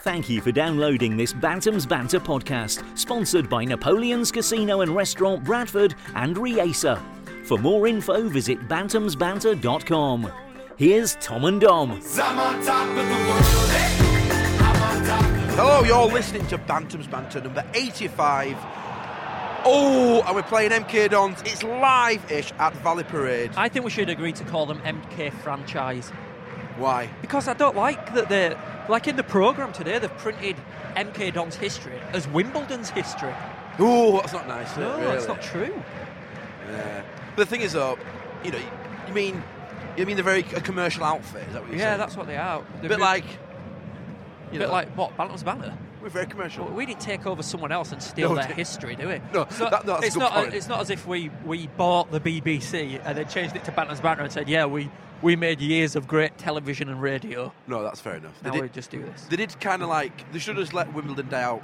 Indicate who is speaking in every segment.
Speaker 1: Thank you for downloading this Bantams Banter podcast, sponsored by Napoleon's Casino and Restaurant Bradford and Riesa. For more info, visit bantamsbanter.com. Here's Tom and Dom.
Speaker 2: Hello, you're listening to Bantams Banter number 85. Oh, and we're playing MK Dons. It's live ish at Valley Parade.
Speaker 3: I think we should agree to call them MK franchise
Speaker 2: Why?
Speaker 3: because I don't like that they're like in the program today. They've printed MK Don's history as Wimbledon's history.
Speaker 2: Oh, that's not nice. is it,
Speaker 3: No,
Speaker 2: really?
Speaker 3: it's not true.
Speaker 2: Yeah. But the thing is, though, you know, you mean you mean they're very a commercial outfit? Is that what you're
Speaker 3: Yeah,
Speaker 2: saying?
Speaker 3: that's what they are.
Speaker 2: a
Speaker 3: They've
Speaker 2: bit
Speaker 3: moved-
Speaker 2: like.
Speaker 3: a
Speaker 2: You
Speaker 3: bit
Speaker 2: know,
Speaker 3: like what Bantam's banner.
Speaker 2: we're very commercial.
Speaker 3: We didn't take over someone else and steal
Speaker 2: No,
Speaker 3: their
Speaker 2: didn't.
Speaker 3: history, do we?
Speaker 2: No,
Speaker 3: It's not-
Speaker 2: that- no, that's a
Speaker 3: it's
Speaker 2: good
Speaker 3: not.
Speaker 2: point.
Speaker 3: It's not as if we, we bought the BBC and then changed it to Bantam's Banner and said, yeah, we, we made years of great television and radio.
Speaker 2: no, that's fair enough. They
Speaker 3: Now
Speaker 2: did,
Speaker 3: we just do this.
Speaker 2: they did kind of like they should have just let Wimbledon die out.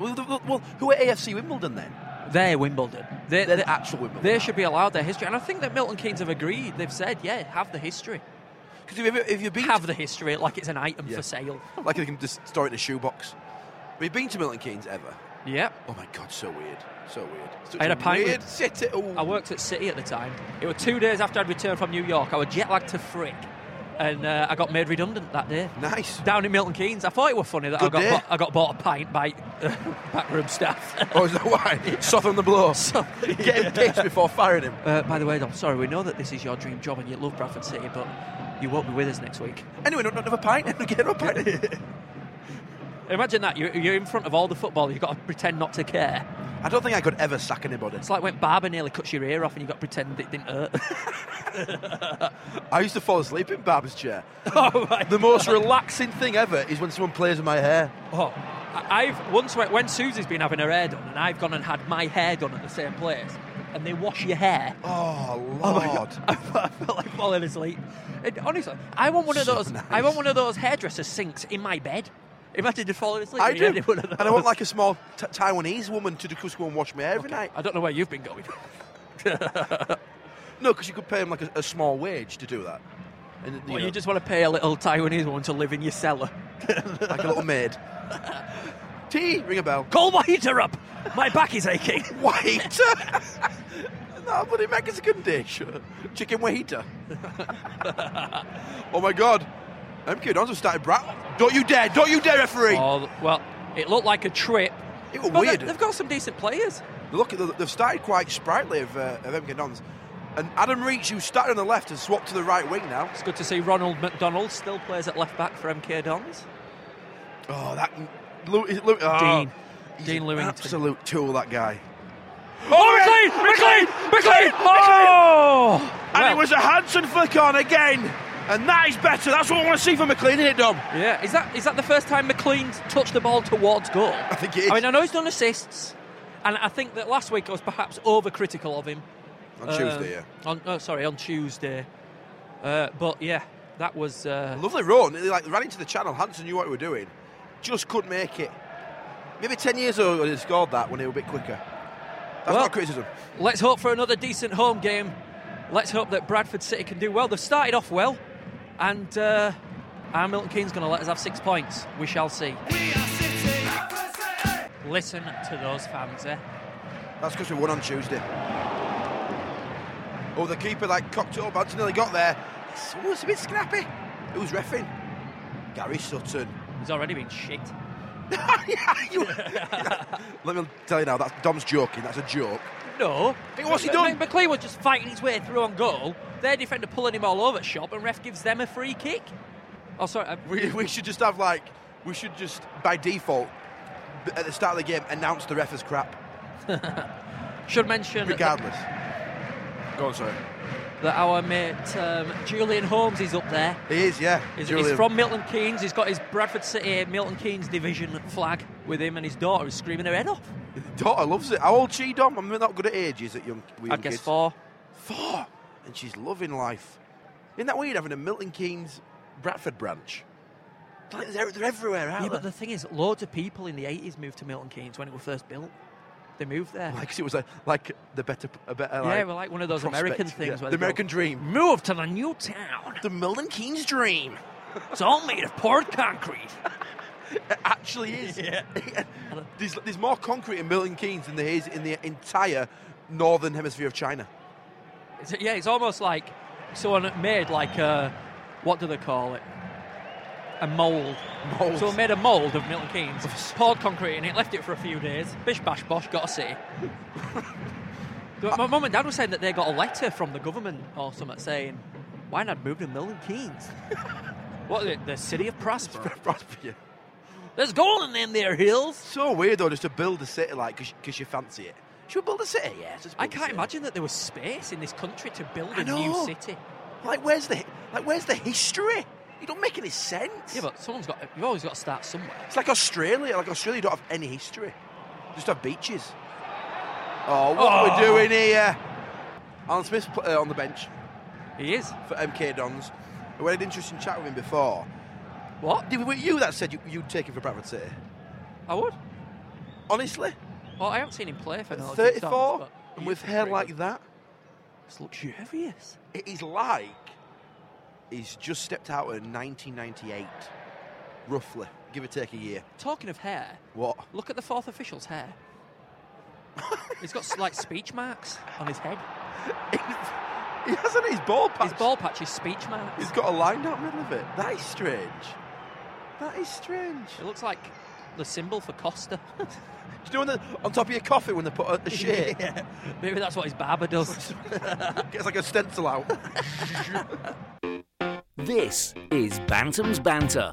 Speaker 2: Well, the- well, who are AFC Wimbledon then?
Speaker 3: They're Wimbledon. They,
Speaker 2: They're
Speaker 3: they-
Speaker 2: the actual Wimbledon.
Speaker 3: They should be allowed their history. And I think that Milton Keynes have agreed. They've said, yeah, have the history.
Speaker 2: Because if, you- if you've been to-
Speaker 3: Have the history like it's an item
Speaker 2: Yeah.
Speaker 3: for sale.
Speaker 2: like they can just store it in a shoebox. Have you been to Milton Keynes ever?
Speaker 3: Yeah.
Speaker 2: Oh my god, so weird, so weird. Such
Speaker 3: I had a pint
Speaker 2: weird
Speaker 3: with-
Speaker 2: city. Oh.
Speaker 3: I worked at City at the time. It was two days after I'd returned from New York. I was jet lagged to frick. And uh, I got made redundant that day.
Speaker 2: Nice.
Speaker 3: Down in Milton Keynes. I thought it were funny that
Speaker 2: Good
Speaker 3: I
Speaker 2: day.
Speaker 3: got bought, I got bought a pint by uh, backroom staff.
Speaker 2: Oh, is that why? Soften the blow.
Speaker 3: so,
Speaker 2: Get him pissed before firing him.
Speaker 3: uh, by the way, I'm sorry, we know that this is your dream job and you love Bradford City, but you won't be with us next week.
Speaker 2: Anyway, not another pint. Get another pint.
Speaker 3: Imagine that. You're, you're in front of all the football. You've got to pretend not to care.
Speaker 2: I don't think I could ever sack anybody.
Speaker 3: It's like when Barber nearly cuts your ear off and you got to pretend it didn't hurt.
Speaker 2: I used to fall asleep in Barb's chair.
Speaker 3: oh, my
Speaker 2: The most relaxing thing ever is when someone plays with my hair.
Speaker 3: Oh, I- I've once went, when Susie's been having her hair done, and I've gone and had my hair done at the same place, and they wash your hair.
Speaker 2: Oh, Lord.
Speaker 3: I felt I felt like falling asleep. It- honestly, I want one of
Speaker 2: So
Speaker 3: those. I
Speaker 2: nice.
Speaker 3: want one of those hairdresser sinks in my bed. Imagine you falling asleep.
Speaker 2: I
Speaker 3: and you
Speaker 2: do.
Speaker 3: had One of those.
Speaker 2: And I want like a small t- Taiwanese woman to just go and wash my hair every night.
Speaker 3: I don't know where you've been going.
Speaker 2: No, because you could pay him like a, a small wage to do that. And, you
Speaker 3: Well,
Speaker 2: know,
Speaker 3: you just want to pay a little Taiwanese woman to live in your cellar.
Speaker 2: like a little maid. Tea, ring a bell.
Speaker 3: Call my heater up. My back is aching.
Speaker 2: Wait! no, but in Mexican dish. Chicken fajita. oh my god. MQ Dons have started brat. Don't you dare, don't you dare, referee!
Speaker 3: Oh, well, it looked like a trip.
Speaker 2: it was
Speaker 3: But
Speaker 2: weird.
Speaker 3: they- They've got some decent players.
Speaker 2: Look, they- they've started quite sprightly of, uh, of MQ Dons. And Adam Reach, who started on the left, has swapped to the right wing now.
Speaker 3: It's good to see Ronald McDonald still plays at left back for MK Dons.
Speaker 2: Oh, that. Lew- is it Lew- oh,
Speaker 3: Dean.
Speaker 2: he's
Speaker 3: Dean
Speaker 2: an
Speaker 3: Lewington.
Speaker 2: Absolute tool, that guy.
Speaker 3: Oh, McLean! McLean! McLean! Oh!
Speaker 2: And
Speaker 3: Well,
Speaker 2: it was a Hanson flick on again. And that is better. That's what I want to see from McLean, isn't it, Dom?
Speaker 3: Yeah, is that is that the first time McLean's touched the ball towards goal?
Speaker 2: I think it is.
Speaker 3: I mean, I know he's done assists, and I think that last week I was perhaps overcritical of him.
Speaker 2: On
Speaker 3: uh,
Speaker 2: Tuesday, yeah.
Speaker 3: On, oh, sorry, on Tuesday. Uh, but yeah, that was. Uh,
Speaker 2: Lovely run. They like ran into the channel. Hanson knew what he were doing. Just couldn't make it. Maybe ten years ago they scored that when they were a bit quicker. That's
Speaker 3: Well-
Speaker 2: not criticism.
Speaker 3: Let's hope for another decent home game. Let's hope that Bradford City can do well. They've started off well, and uh, our Milton Keynes going to let us have six points. We shall see. Listen to those fans, eh?
Speaker 2: That's because we won on Tuesday. Oh, the keeper like cocked it up. Hanson nearly got there. It's, oh, it's a bit scrappy. Who's refing? Gary Sutton.
Speaker 3: He's already been shit.
Speaker 2: Yeah, you- Let me tell you now. That's Dom's joking. That's a joke.
Speaker 3: No.
Speaker 2: Hey, what's he done?
Speaker 3: Mc- McLean was just fighting his way through on goal. Their defender pulling him all over the shop, and ref gives them a free kick. Oh, sorry. I-
Speaker 2: We, we should just have like we should just by default b- at the start of the game announce the ref as crap
Speaker 3: Should mention that,
Speaker 2: regardless. Go on, sorry.
Speaker 3: that our mate um, Julian Holmes is up there.
Speaker 2: He is, yeah.
Speaker 3: He's, he's
Speaker 2: Julian.
Speaker 3: from Milton Keynes. He's got his Bradford City Milton Keynes division flag with him, and his daughter is screaming her head off.
Speaker 2: daughter loves it. How old she, Dom? I'm not good at ages at young. we
Speaker 3: I
Speaker 2: young
Speaker 3: guess
Speaker 2: kids.
Speaker 3: four.
Speaker 2: Four, and she's loving life. Isn't that weird having a Milton Keynes Bradford branch? Like they're, they're everywhere, aren't
Speaker 3: Yeah, but
Speaker 2: they?
Speaker 3: the thing is, loads of people in the 80s moved to Milton Keynes when it was first built. They moved there.
Speaker 2: Like 'cause it was like, like the better, a better.
Speaker 3: yeah,
Speaker 2: like,
Speaker 3: well, like one of those
Speaker 2: prospect.
Speaker 3: American
Speaker 2: Yeah,
Speaker 3: things. Where
Speaker 2: the
Speaker 3: they go,
Speaker 2: American dream.
Speaker 3: Move to the new town.
Speaker 2: The Milton Keynes dream.
Speaker 3: It's all made of poured concrete.
Speaker 2: It actually is.
Speaker 3: Yeah.
Speaker 2: there's, there's more concrete in Milton Keynes than there is in the entire northern hemisphere of China.
Speaker 3: It's, yeah, it's almost like someone made like a, what do they call it? A mould.
Speaker 2: Mould.
Speaker 3: So made a mould of Milton Keynes, poured concrete in it, left it for a few days. Bish bash bosh, got a city. My mum and dad were saying that they got a letter from the government or something saying, why not move to Milton Keynes? what is it? The city of Prosper.
Speaker 2: Prosper.
Speaker 3: There's gold in them there hills.
Speaker 2: So weird though, just to build a city like because you fancy it. Should we build a city? Yeah. just
Speaker 3: I
Speaker 2: build a
Speaker 3: can't
Speaker 2: city.
Speaker 3: imagine that there was space in this country to build
Speaker 2: I
Speaker 3: a new
Speaker 2: know.
Speaker 3: city.
Speaker 2: Like where's the like where's the history? You don't make any sense.
Speaker 3: Yeah, but someone's got. You've always got to start somewhere.
Speaker 2: it's like Australia. Like Australia, you don't have any history. Just have beaches. Oh, what are
Speaker 3: Oh.
Speaker 2: we doing here? Alan Smith's pl- uh, on the bench
Speaker 3: He is.
Speaker 2: for MK Dons. We had an interesting chat with him before.
Speaker 3: What?
Speaker 2: Did was it you that said you, you'd take him for Bradford City?
Speaker 3: I would.
Speaker 2: Honestly,
Speaker 3: Well, I haven't seen him play for another few times,
Speaker 2: 34
Speaker 3: but
Speaker 2: and
Speaker 3: he
Speaker 2: with
Speaker 3: is
Speaker 2: hair
Speaker 3: pretty
Speaker 2: like
Speaker 3: good.
Speaker 2: that,
Speaker 3: it's luxurious.
Speaker 2: it is like he's just stepped out of 1998, roughly, give or take a year.
Speaker 3: Talking of hair,
Speaker 2: What?
Speaker 3: look at the fourth official's hair. He's got like speech marks on his head.
Speaker 2: he hasn't. His ball patch.
Speaker 3: His ball patch is speech marks.
Speaker 2: He's got a line down the middle of it. That is strange. That is strange.
Speaker 3: It looks like the symbol for Costa.
Speaker 2: Do you know when they're on top of your coffee when they put a, a shit?
Speaker 3: Maybe that's what his barber does.
Speaker 2: Gets like a stencil out.
Speaker 1: This is Bantam's Banter,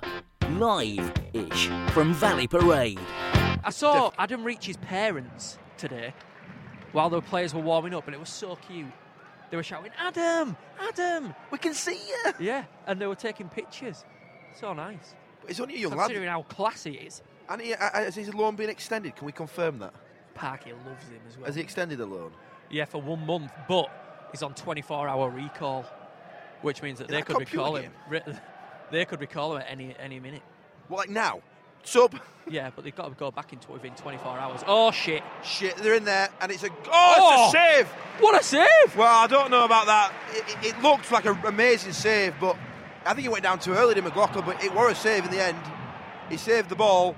Speaker 1: live ish from Valley Parade.
Speaker 3: I saw Adam Reach's parents today while the players were warming up, and it was so cute. They were shouting, "Adam, Adam!"
Speaker 2: we can see you.
Speaker 3: Yeah, and they were taking pictures. So nice.
Speaker 2: It's only a young
Speaker 3: Considering
Speaker 2: lad.
Speaker 3: how class he is,
Speaker 2: And he, uh, is his loan being extended? Can we confirm that?
Speaker 3: Parky loves him as well.
Speaker 2: Has he extended the loan?
Speaker 3: Yeah, for one month, but he's on 24-hour recall, which means that
Speaker 2: Is
Speaker 3: they
Speaker 2: that
Speaker 3: could
Speaker 2: computer
Speaker 3: recall him. re- They could recall him at any any minute.
Speaker 2: Well, like now. Sub.
Speaker 3: Yeah, but they've got to go back into within 24 hours. Oh shit!
Speaker 2: Shit, they're in there, and it's a oh,
Speaker 3: Oh!
Speaker 2: it's a save.
Speaker 3: What a save!
Speaker 2: Well, I don't know about that. It, it, it looked like an amazing save, but I think he went down too early to McLaughlin, but it was a save in the end. He saved the ball.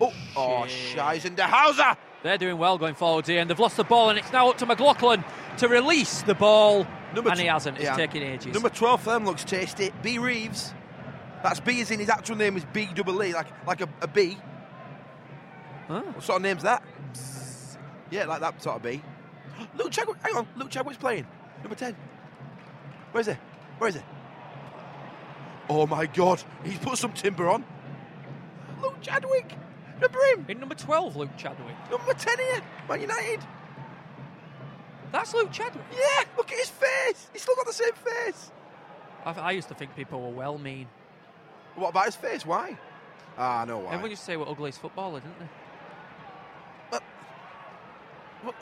Speaker 2: Oh, oh,
Speaker 3: Shit.
Speaker 2: Scheisendehauser!
Speaker 3: They're doing well going forwards here, and they've lost the ball, and it's now up to McLaughlin to release the ball. and he
Speaker 2: tw-
Speaker 3: hasn't. It's
Speaker 2: yeah.
Speaker 3: taking ages.
Speaker 2: Number 12 for them looks tasty. B Reeves. That's B is in his actual name is B double E, like, like a, a B.
Speaker 3: Huh?
Speaker 2: What sort of name's that? Yeah, like that sort of B. Luke Chadwick, hang on, Luke Chadwick's playing. Number 10. Where is he? Where is he? Oh my god, he's put some timber on. Luke Chadwick! Remember him?
Speaker 3: In number 12, Luke Chadwick.
Speaker 2: Number 10 here, Man United.
Speaker 3: That's Luke Chadwick.
Speaker 2: Yeah, look at his face. He's still got the same face.
Speaker 3: I, I used to think people were well mean.
Speaker 2: What about his face? Why? Ah, no, why?
Speaker 3: Everyone used to say we're ugliest footballer, didn't they?
Speaker 2: Well,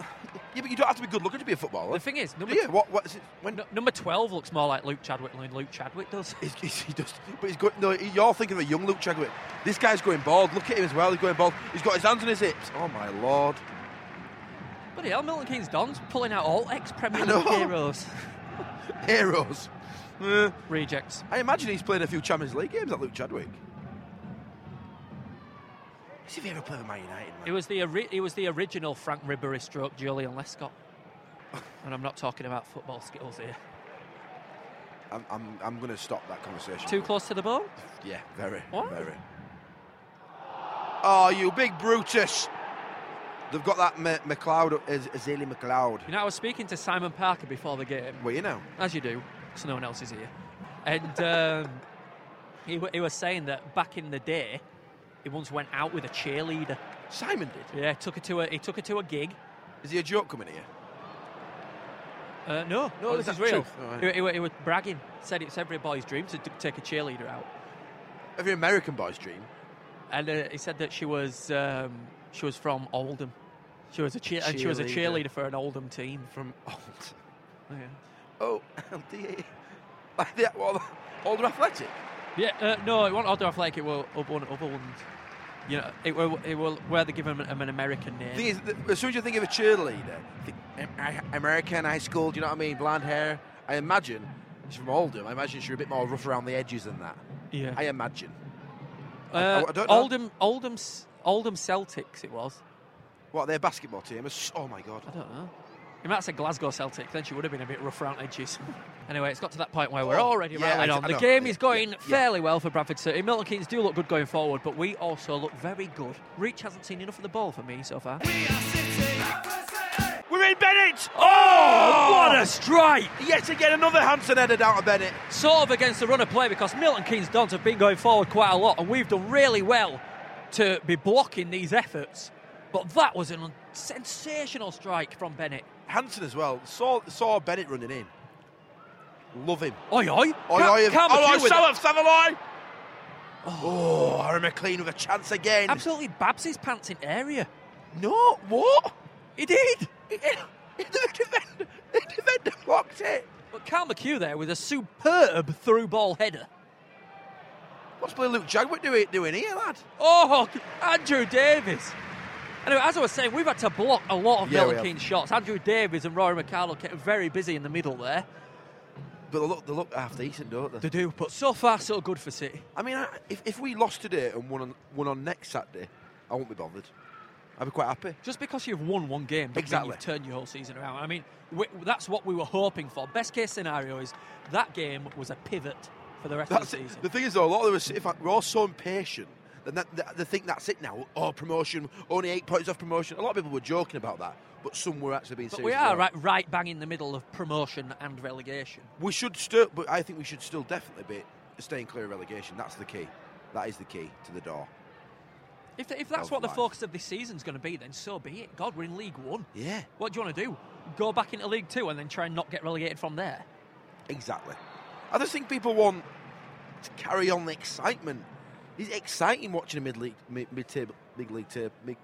Speaker 2: yeah, but you don't have to be good looking to be a footballer.
Speaker 3: The thing is, number,
Speaker 2: Yeah, what, what is it? When,
Speaker 3: n- number 12 looks more like Luke Chadwick than Luke Chadwick does.
Speaker 2: he's, he's, he does, but he's good. No, you're thinking of a young Luke Chadwick. This guy's going bald. Look at him as well. He's going bald. He's got his hands on his hips. Oh my lord!
Speaker 3: But hell, Milton Keynes Don's pulling out all ex Premier
Speaker 2: I know.
Speaker 3: League heroes.
Speaker 2: Heroes. Eh,
Speaker 3: Rejects.
Speaker 2: I imagine he's played a few Champions League games. That Luke Chadwick. Has he ever played with Man United? Man?
Speaker 3: It was the ori- it was the original Frank Ribery stroke Julian Lescott. And I'm not talking about football skills here.
Speaker 2: I'm, I'm, I'm going to stop that conversation.
Speaker 3: Too close to the ball?
Speaker 2: Yeah, very,
Speaker 3: What?
Speaker 2: very. Oh, you big Brutus! They've got that Ma- McLeod, Az- Azalea McLeod.
Speaker 3: You know, I was speaking to Simon Parker before the game,
Speaker 2: Well, you know.
Speaker 3: as you do, because no one else is here. And um, he, w- he was saying that back in the day, he once went out with a cheerleader.
Speaker 2: Simon did.
Speaker 3: Yeah, took her to a, he took her to a gig.
Speaker 2: Is he a joke coming here?
Speaker 3: Uh, no, no,
Speaker 2: Oh,
Speaker 3: this
Speaker 2: is
Speaker 3: is
Speaker 2: that
Speaker 3: real.
Speaker 2: truth? All right.
Speaker 3: He, he, wa- he was bragging, said it's every boy's dream to d- take a cheerleader out.
Speaker 2: Every American boy's dream.
Speaker 3: And uh, he said that she was um, she was from Oldham. She was a cheer- and she was a
Speaker 2: Cheerleader.
Speaker 3: cheerleader for an Oldham team.
Speaker 2: From old.
Speaker 3: Yeah,
Speaker 2: Oh, LDA. Like the well, older athletic.
Speaker 3: yeah uh, no, it wasn't Oldham Athletic. It were up one, other one. You know, it were it were where they give them an, an American name.
Speaker 2: Thing is, th- as soon as you think of a cheerleader, think, "Am- I- American high school. Do you know what I mean? Blonde hair. I imagine she's from Oldham. I imagine she's a bit more rough around the edges than that.
Speaker 3: yeah,
Speaker 2: I imagine. I- I don't know.
Speaker 3: Uh, Oldham, Oldham, S- Oldham Celtics. It was.
Speaker 2: What, their basketball team? is- Oh my God.
Speaker 3: I don't know. You Uh-huh. might have said Glasgow Celtic, then she would have been a bit rough around edges. anyway, it's got to that point where we're
Speaker 2: Oh,
Speaker 3: already
Speaker 2: yeah,
Speaker 3: rallying
Speaker 2: I-
Speaker 3: on.
Speaker 2: I
Speaker 3: The
Speaker 2: know.
Speaker 3: game
Speaker 2: Yeah,
Speaker 3: is going
Speaker 2: yeah, yeah.
Speaker 3: fairly well for Bradford City. Milton Keynes do look good going forward, but we also look very good. Reach hasn't seen enough of the ball for me so far.
Speaker 2: We're in Bennett!
Speaker 3: Oh, what a strike!
Speaker 2: Yet again, another Hanson headed out of Bennett.
Speaker 3: Sort of against the run of play because Milton Keynes Dons have been going forward quite a lot, and we've done really well to be blocking these efforts. But that was a sensational strike from Bennett.
Speaker 2: Hanson as well saw saw Bennett running in. Love him.
Speaker 3: Oi, oi!
Speaker 2: Oi,
Speaker 3: Can't-
Speaker 2: oi,
Speaker 3: can't be
Speaker 2: oi,
Speaker 3: cute with it.
Speaker 2: Salif Savalai! Oh, Aaron McLean with a chance again.
Speaker 3: Absolutely babs his pants in area.
Speaker 2: no, what?
Speaker 3: He did.
Speaker 2: He- he- the defender, the defender blocked it.
Speaker 3: But Cal McHugh there with a superb through ball header.
Speaker 2: What's Blue Luke Jagwood doing, doing here, lad?
Speaker 3: Oh, Andrew Davies. Anyway, as I was saying, we've had to block a lot of
Speaker 2: Yeah, we
Speaker 3: Milton
Speaker 2: have.
Speaker 3: Keynes shots. Andrew Davies and Rory McCardle get very busy in the middle there.
Speaker 2: But they look, they look half decent, don't they?
Speaker 3: They do, but so far so good for City.
Speaker 2: I mean, I, if, if we lost today and won on, won on next Saturday, I won't be bothered. I'd be quite happy.
Speaker 3: Just because you've won one game, doesn't
Speaker 2: Exactly.
Speaker 3: mean you've turned your whole season around. I mean, we, that's what we were hoping for. Best case scenario is that game was a pivot for the rest
Speaker 2: That's
Speaker 3: of the
Speaker 2: it.
Speaker 3: season.
Speaker 2: The thing is, though, a lot of us, if I, we're all so impatient, and that, that, they think that's it now. Oh, promotion, only eight points off promotion. A lot of people were joking about that, but some were actually being
Speaker 3: but
Speaker 2: serious.
Speaker 3: we
Speaker 2: about
Speaker 3: are
Speaker 2: it.
Speaker 3: right, right bang in the middle of promotion and relegation.
Speaker 2: We should still, but I think we should still definitely be staying clear of relegation. That's the key. That is the key to the door.
Speaker 3: If, if that's
Speaker 2: Of
Speaker 3: what the
Speaker 2: life.
Speaker 3: focus of this season's going to be, then so be it. God, we're in League One.
Speaker 2: Yeah,
Speaker 3: What do you want to do? Go back into League Two and then try and not get relegated from there?
Speaker 2: exactly. I just think people want to carry on the excitement. It's exciting watching a mid-league, mid- mid-table, mid-league table, mid-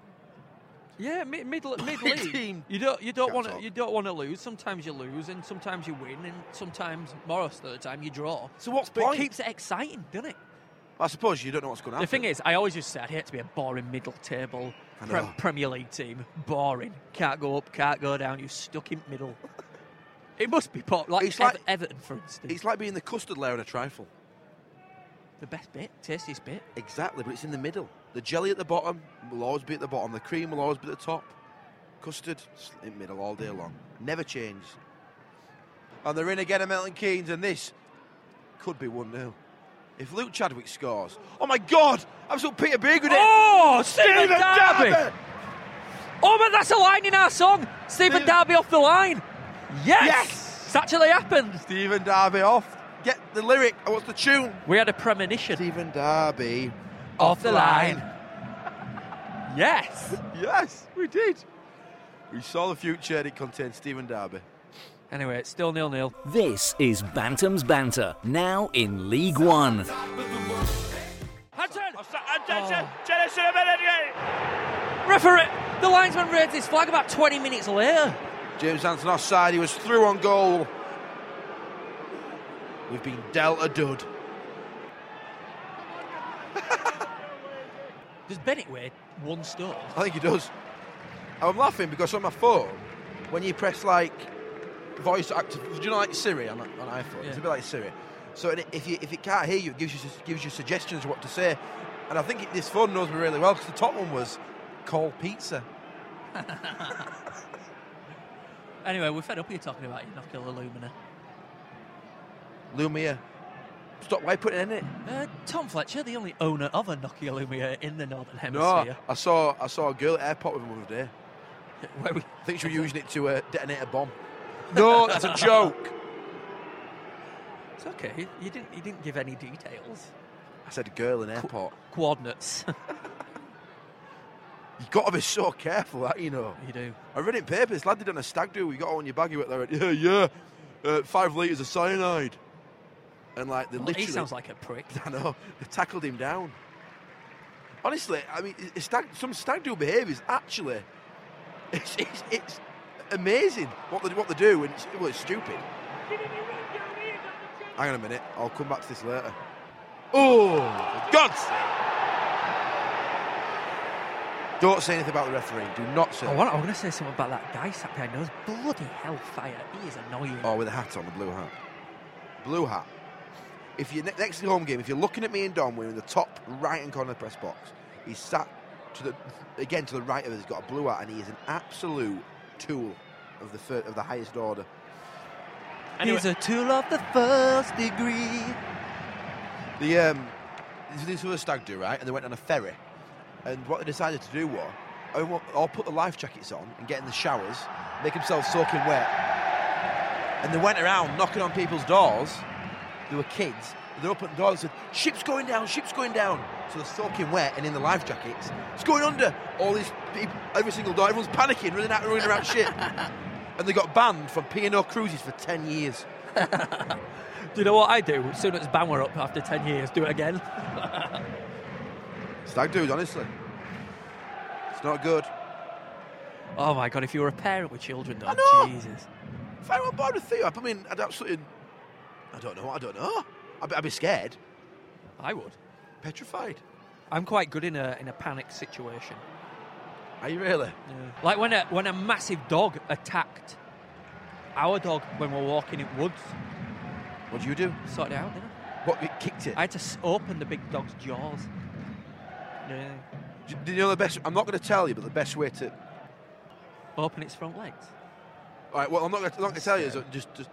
Speaker 3: Yeah, mid mid, mid
Speaker 2: My
Speaker 3: league.
Speaker 2: team
Speaker 3: You don't you don't
Speaker 2: can't
Speaker 3: want to
Speaker 2: talk.
Speaker 3: you don't want to lose. Sometimes you lose, and sometimes you win, and sometimes more or less of the time you draw.
Speaker 2: So what's
Speaker 3: But
Speaker 2: point?
Speaker 3: it keeps it exciting, doesn't it?
Speaker 2: I suppose you don't know what's going to happen.
Speaker 3: The thing is, I always just said I'd hate to be a boring middle table
Speaker 2: I
Speaker 3: pre-
Speaker 2: know.
Speaker 3: Premier League team. Boring. Can't go up, can't go down. You're stuck in middle. it must be pop like,
Speaker 2: It's like-
Speaker 3: Ever- Everton, for instance.
Speaker 2: it's like being the custard layer on a trifle.
Speaker 3: the best bit, tastiest bit.
Speaker 2: Exactly, but it's in the middle. The jelly at the bottom will always be at the bottom. The cream will always be at the top. Custard s- in middle all day long. Never changed. And they're in again at Milton Keynes, and this could be 1 0. If Luke Chadwick scores. Oh my God! I saw Peter Beag with it!
Speaker 3: Oh, Stephen
Speaker 2: Stephen
Speaker 3: Darby.
Speaker 2: Darby!
Speaker 3: Oh, but that's a line in our song. Stephen
Speaker 2: Stephen-
Speaker 3: Darby off the line. Yes.
Speaker 2: Yes!
Speaker 3: It's actually happened.
Speaker 2: Stephen Darby off. Get the lyric. Oh, What's the tune?
Speaker 3: We had a premonition.
Speaker 2: Stephen Darby.
Speaker 3: Off the line. Yes.
Speaker 2: Yes, we did. We saw the future and it contained Stephen Darby.
Speaker 3: Anyway, it's still nil nil.
Speaker 1: This is Bantam's Banter, now in League One.
Speaker 3: Hudson.
Speaker 2: Oh.
Speaker 3: Referee. The linesman raised his flag about 20 minutes later.
Speaker 2: James Hanson offside. He was through on goal. We've been dealt a dud.
Speaker 3: Does Bennett wear one stone?
Speaker 2: I think he does. I'm laughing because on my phone, when you press like voice active, do you know like Siri on, on iPhone? It's a
Speaker 3: Yeah.
Speaker 2: bit like Siri. So and if you if it can't hear you, it gives you sus- gives you suggestions of what to say. And I think it, this phone knows me really well because the top one was call pizza.
Speaker 3: Anyway, we're fed up here talking about your knockill alumina.
Speaker 2: Lumia. Stop. Why put it in it?
Speaker 3: Uh, Tom Fletcher, the only owner of a Nokia Lumia in the Northern
Speaker 2: No.
Speaker 3: Hemisphere.
Speaker 2: I saw I saw a girl at the airport with him the other day.
Speaker 3: Where we,
Speaker 2: I think she was using it to uh, detonate a bomb. No, that's a joke.
Speaker 3: it's okay. You didn't, you didn't give any details.
Speaker 2: I said girl in airport.
Speaker 3: Coordinates.
Speaker 2: You've got to be so careful, that you know.
Speaker 3: you do.
Speaker 2: I read it in papers. Lad did on a stag do. We got on your baggy went there. and, Yeah, yeah. Uh, five litres of cyanide. And like they
Speaker 3: Well,
Speaker 2: literally,
Speaker 3: he sounds like a prick.
Speaker 2: I know they tackled him down. Honestly, I mean, i- stag, some stag do behaviour is actually it's, it's, it's amazing what they what they do, and it's, well, it's stupid. Hang on a minute. I'll come back to this later. Oh, for God's sake! Don't say anything about the referee. Do not say.
Speaker 3: I want, I'm going to say something about that guy sat behind us. Bloody hellfire. He is annoying.
Speaker 2: Oh, with a hat on, a blue hat. Blue hat. If you ne- next to the home game, if you're looking at me and Dom, we're in the top right hand corner of the press box. He's sat to the again to the right of us. He's got a blue hat, and he is an absolute tool of the fir- of the highest order.
Speaker 3: Anyway,
Speaker 2: He's a tool of the first degree. The um, this- this was a stag do right, and they went on a ferry, and what they decided to do was, I want- I'll put the life jackets on and get in the showers, make themselves soaking wet, and they went around knocking on people's doors. They were kids. They opened the door and said, "Ship's going down, ship's going down." So they're soaking wet and in the life jackets. It's going under. All these people, every single door, everyone's panicking, running out, running around ship, and they got banned from P&O cruises for ten years.
Speaker 3: do you know what I do? As soon as Ban were up after 10 years, do it again.
Speaker 2: Stag dudes, honestly. It's not good.
Speaker 3: Oh my god, if you were a parent with children, though,
Speaker 2: know.
Speaker 3: Jesus.
Speaker 2: If I were on board with Theo, I mean, I'd absolutely. I don't know, I don't know. I'd, be- I'd be scared.
Speaker 3: I would.
Speaker 2: Petrified.
Speaker 3: I'm quite good in a in a panic situation.
Speaker 2: Are you really?
Speaker 3: Like when a when a massive dog attacked our dog when we were walking in woods,
Speaker 2: What do you do?
Speaker 3: sorted it out, didn't I?
Speaker 2: What, you kicked it?
Speaker 3: I had to s- open the big dog's jaws. Yeah.
Speaker 2: Do you know the best? I'm not going to tell you, but the best way to.
Speaker 3: Open its front legs.
Speaker 2: All right, well, I'm not going to tell you. So just, just,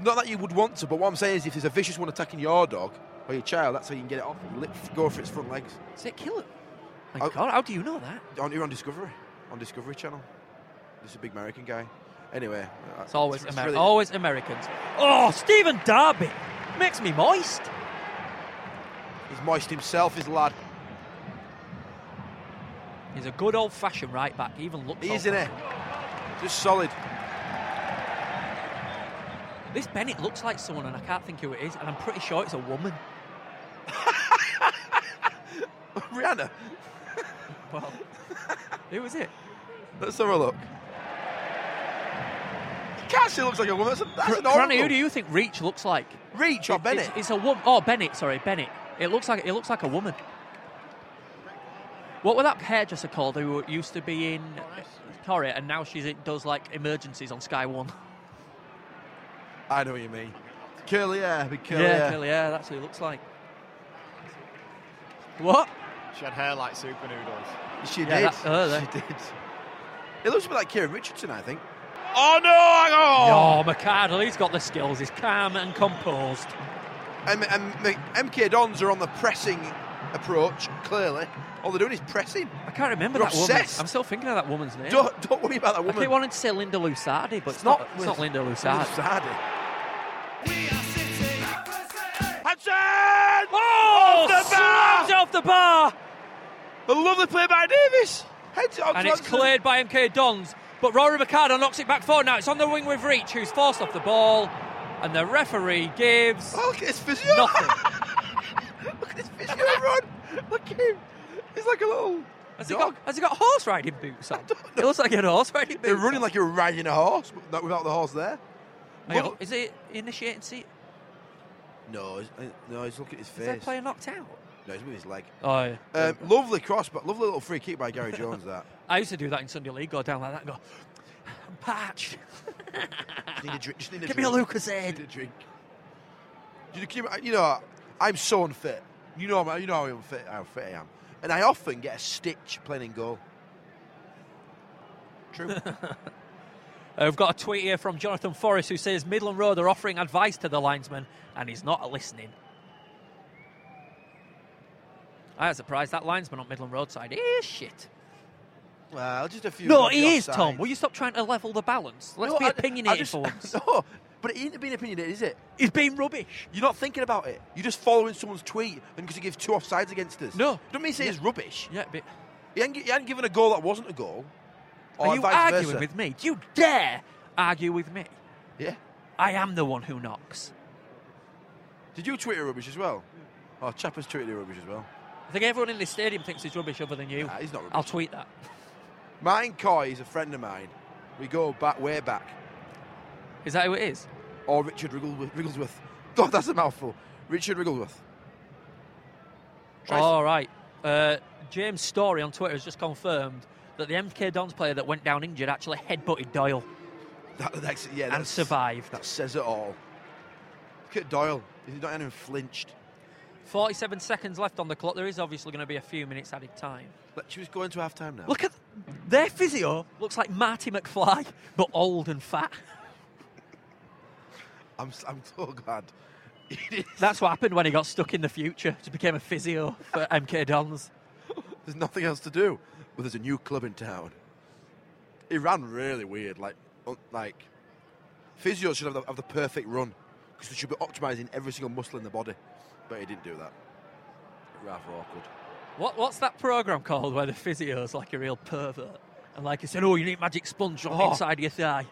Speaker 2: not that you would want to, but what I'm saying is if there's a vicious one attacking your dog or your child, that's how you can get it off. You lip, go for its front legs.
Speaker 3: Does it kill it? My
Speaker 2: Oh.
Speaker 3: god, how do you know that?
Speaker 2: On, you're on Discovery, on Discovery Channel. This is a big American guy. Anyway, uh,
Speaker 3: It's always
Speaker 2: it's
Speaker 3: Ameri-
Speaker 2: really-
Speaker 3: always Americans. Oh, Stephen Darby makes me moist.
Speaker 2: He's moist himself, his lad.
Speaker 3: He's a good old fashioned right back. He even looks
Speaker 2: He is,
Speaker 3: old
Speaker 2: isn't he? Just solid.
Speaker 3: This Bennett looks like someone, and I can't think who it is, and I'm pretty sure it's a woman.
Speaker 2: Rihanna.
Speaker 3: Well, who is it?
Speaker 2: Let's have a look. Cassie looks like a woman. That's, a, that's an
Speaker 3: Cranny, who
Speaker 2: oracle.
Speaker 3: do you think Reach looks like?
Speaker 2: Reach or
Speaker 3: It- it's-
Speaker 2: Bennett?
Speaker 3: It's, a woman. Oh, Bennett. Sorry, Bennett. It looks like it looks like a woman. What were that hairdresser called who used to be in Corrie and now she does like emergencies on Sky One?
Speaker 2: I know what you mean. Curly hair, big curly
Speaker 3: yeah,
Speaker 2: hair.
Speaker 3: clearly, yeah, that's who it looks like. What?
Speaker 4: She had hair like super noodles.
Speaker 2: She
Speaker 3: Yeah, oh,
Speaker 2: did.
Speaker 3: that's her then.
Speaker 2: she did. It looks a bit like Kieran Richardson, I think.
Speaker 4: Oh no! I
Speaker 3: Oh, McArdle, he's got the skills. He's calm and composed.
Speaker 2: And, and, and MK Dons are on the pressing approach, clearly. All they're doing is pressing.
Speaker 3: I can't remember
Speaker 2: You're
Speaker 3: that woman.
Speaker 2: obsessed.
Speaker 3: I'm still thinking of that woman's name.
Speaker 2: Don't, don't worry about that
Speaker 3: I
Speaker 2: woman.
Speaker 3: keep wanting to say Linda Lusardi, but it's, not, it's not Linda Lusardi.
Speaker 2: Lusardi.
Speaker 4: Hudson!
Speaker 3: Oh,
Speaker 4: Off the bar!
Speaker 3: slams it off the bar,
Speaker 2: A lovely play by Davis. Heads it on
Speaker 3: and it's
Speaker 2: Johnson.
Speaker 3: cleared by MK Dons. But Rory Ricardo knocks it back forward. Now it's on the wing with Reach, who's forced off the ball, and the referee gives
Speaker 2: Oh, look at his physio.
Speaker 3: nothing.
Speaker 2: look at his physio run. Look at him. He's like a little.
Speaker 3: Has he
Speaker 2: dog.
Speaker 3: got has he got horse riding boots on?
Speaker 2: don't
Speaker 3: It looks like he had horse riding boots.
Speaker 2: They're running
Speaker 3: on.
Speaker 2: like you're riding a horse, but not without the horse there.
Speaker 3: Hang on,
Speaker 2: Look-
Speaker 3: Is it initiating seat?
Speaker 2: No, he's, uh, no, he's looking at his
Speaker 3: Is that
Speaker 2: face.
Speaker 3: player knocked out?
Speaker 2: No, he's moving his leg.
Speaker 3: Oh, yeah.
Speaker 2: Um, lovely cross, but lovely little free kick by Gary Jones. That
Speaker 3: I used to do that in Sunday League. Go down like that and go, I'm parched.
Speaker 2: just need a drink. Just need a
Speaker 3: Give me a
Speaker 2: drink. Just
Speaker 3: Lucasade.
Speaker 2: need a drink. Do you, can you- you know, I'm so unfit. You know, I'm- you know how unfit, how fit I am, and I often get a stitch playing in goal. True.
Speaker 3: Uh, we've got a tweet here from Jonathan Forrest who says Midland Road are offering advice to the linesman and he's not listening. I was surprised that linesman on Midland Road side is shit.
Speaker 2: well, just a few.
Speaker 3: No,
Speaker 2: dodgy
Speaker 3: he is,
Speaker 2: offsides.
Speaker 3: Tom. Will you stop trying to level the balance? Let's
Speaker 2: No,
Speaker 3: be
Speaker 2: I- I
Speaker 3: opinionated
Speaker 2: just-
Speaker 3: for once.
Speaker 2: No, but it ain't being opinionated, is it?
Speaker 3: He's being rubbish.
Speaker 2: You're not thinking about it. You're just following someone's tweet, and because he gives two offsides against us.
Speaker 3: No.
Speaker 2: don't mean say it's rubbish.
Speaker 3: Yeah, but
Speaker 2: He ain't, gi- he ain't given a goal that wasn't a goal. Or
Speaker 3: are you
Speaker 2: vice
Speaker 3: arguing
Speaker 2: versa.
Speaker 3: with me? Do you dare argue with me?
Speaker 2: Yeah.
Speaker 3: I am the one who knocks.
Speaker 2: Did you tweet her rubbish as well? Oh, Chapper's tweeted her rubbish as well.
Speaker 3: I think everyone in this stadium thinks he's rubbish other than you.
Speaker 2: Nah, he's not rubbish.
Speaker 3: I'll tweet that.
Speaker 2: Martin Coy is a friend of mine. We go back, way back.
Speaker 3: Is that who it is?
Speaker 2: Or Richard Rigglesworth. Rigglesworth. God, that's a mouthful. Richard Rigglesworth. Try
Speaker 3: All right. Uh, James Story on Twitter has just confirmed that the MK Dons player that went down injured actually headbutted Doyle
Speaker 2: That, that's, yeah,
Speaker 3: and
Speaker 2: that's,
Speaker 3: survived.
Speaker 2: that says it all. Look at Doyle. He's not even flinched.
Speaker 3: 47 seconds left on the clock. There is obviously going to be a few minutes added time.
Speaker 2: Let's just go into half time now.
Speaker 3: Look at their physio. Looks like Marty McFly, but old and fat.
Speaker 2: I'm, s- I'm so glad. He did-
Speaker 3: That's what happened when he got stuck in the future. Just became a physio for MK Dons.
Speaker 2: There's nothing else to do. But there's a new club in town. He ran really weird. Like, un- like physios should have the, have the perfect run because they should be optimizing every single muscle in the body. But he didn't do that. Rather awkward.
Speaker 3: What, what's that program called where the physio's like a real pervert? And like he said, oh, you need magic sponge on the
Speaker 2: Oh.
Speaker 3: inside of your thigh.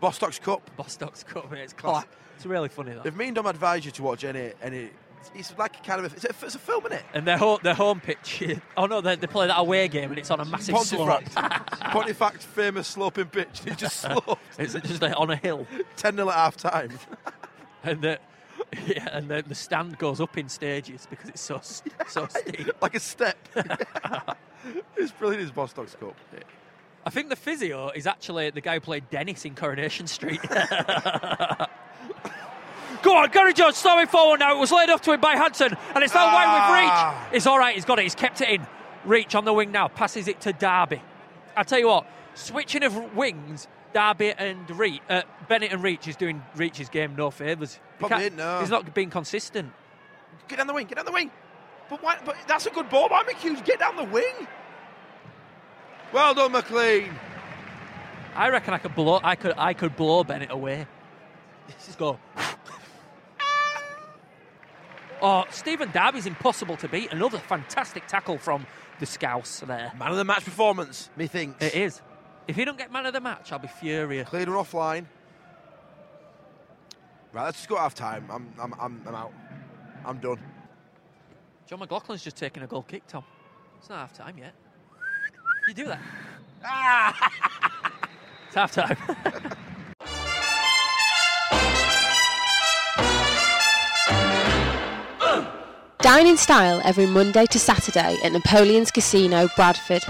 Speaker 2: Bostock's Cup.
Speaker 3: Bostock's cut me. It's
Speaker 2: Class.
Speaker 3: class. It's really funny that.
Speaker 2: If me and Dom advise you to watch any, any, it's like kind of a, it's a, it's a film, isn't it?
Speaker 3: and their home, their home pitch. oh no, they, they play that away game and it's on a massive slope.
Speaker 2: Pontefract. Pontefract's famous sloping pitch. He just sloped.
Speaker 3: It's just like on a hill,
Speaker 2: 10 0 at half time.
Speaker 3: and the yeah, and the, the stand goes up in stages because it's so s- so steep.
Speaker 2: like a step. it's brilliant, his Bostock's Cup.
Speaker 3: I think the physio is actually the guy who played Dennis in Coronation Street. Go on, Gary Jones slowing forward now. It was laid off to him by Hudson, and it's that way
Speaker 2: Ah.
Speaker 3: with Reach. It's all right, he's got it, he's kept it in. Reach on the wing now, passes it to Derby. I tell you what, switching of wings, Derby and Reach, uh, Bennett and Reach is doing Reach's game no favours. He
Speaker 2: Probably
Speaker 3: can't-
Speaker 2: ain't, no.
Speaker 3: He's not being consistent.
Speaker 2: Get down the wing, get down the wing. But why? But that's a good ball by McHughes. Get down the wing. Well done, McLean.
Speaker 3: I reckon I could blow. I could. I could blow Bennett away. Just go. oh, Stephen Darby's impossible to beat. Another fantastic tackle from the Scouse there.
Speaker 2: Man of the match performance, methinks.
Speaker 3: It is. If he don't get man of the match, I'll be furious.
Speaker 2: Cleared her offline. Right, let's just go half time. I'm, I'm, I'm, I'm out. I'm done.
Speaker 3: John McLaughlin's just taking a goal kick, Tom. It's not half time yet. You do that. it's half time.
Speaker 5: Dine in style every Monday to Saturday at Napoleon's Casino, Bradford.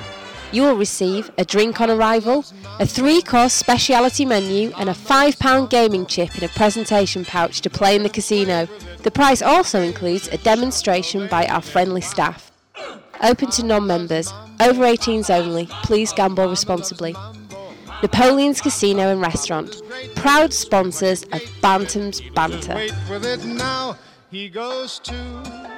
Speaker 5: You will receive a drink on arrival, a three course speciality menu, and a £5 gaming chip in a presentation pouch to play in the casino. The prize also includes a demonstration by our friendly staff. Open to non members, over 18s only, please gamble responsibly. Napoleon's Casino and Restaurant, proud sponsors of Bantam's Banter.
Speaker 6: Wait with it now. He goes to.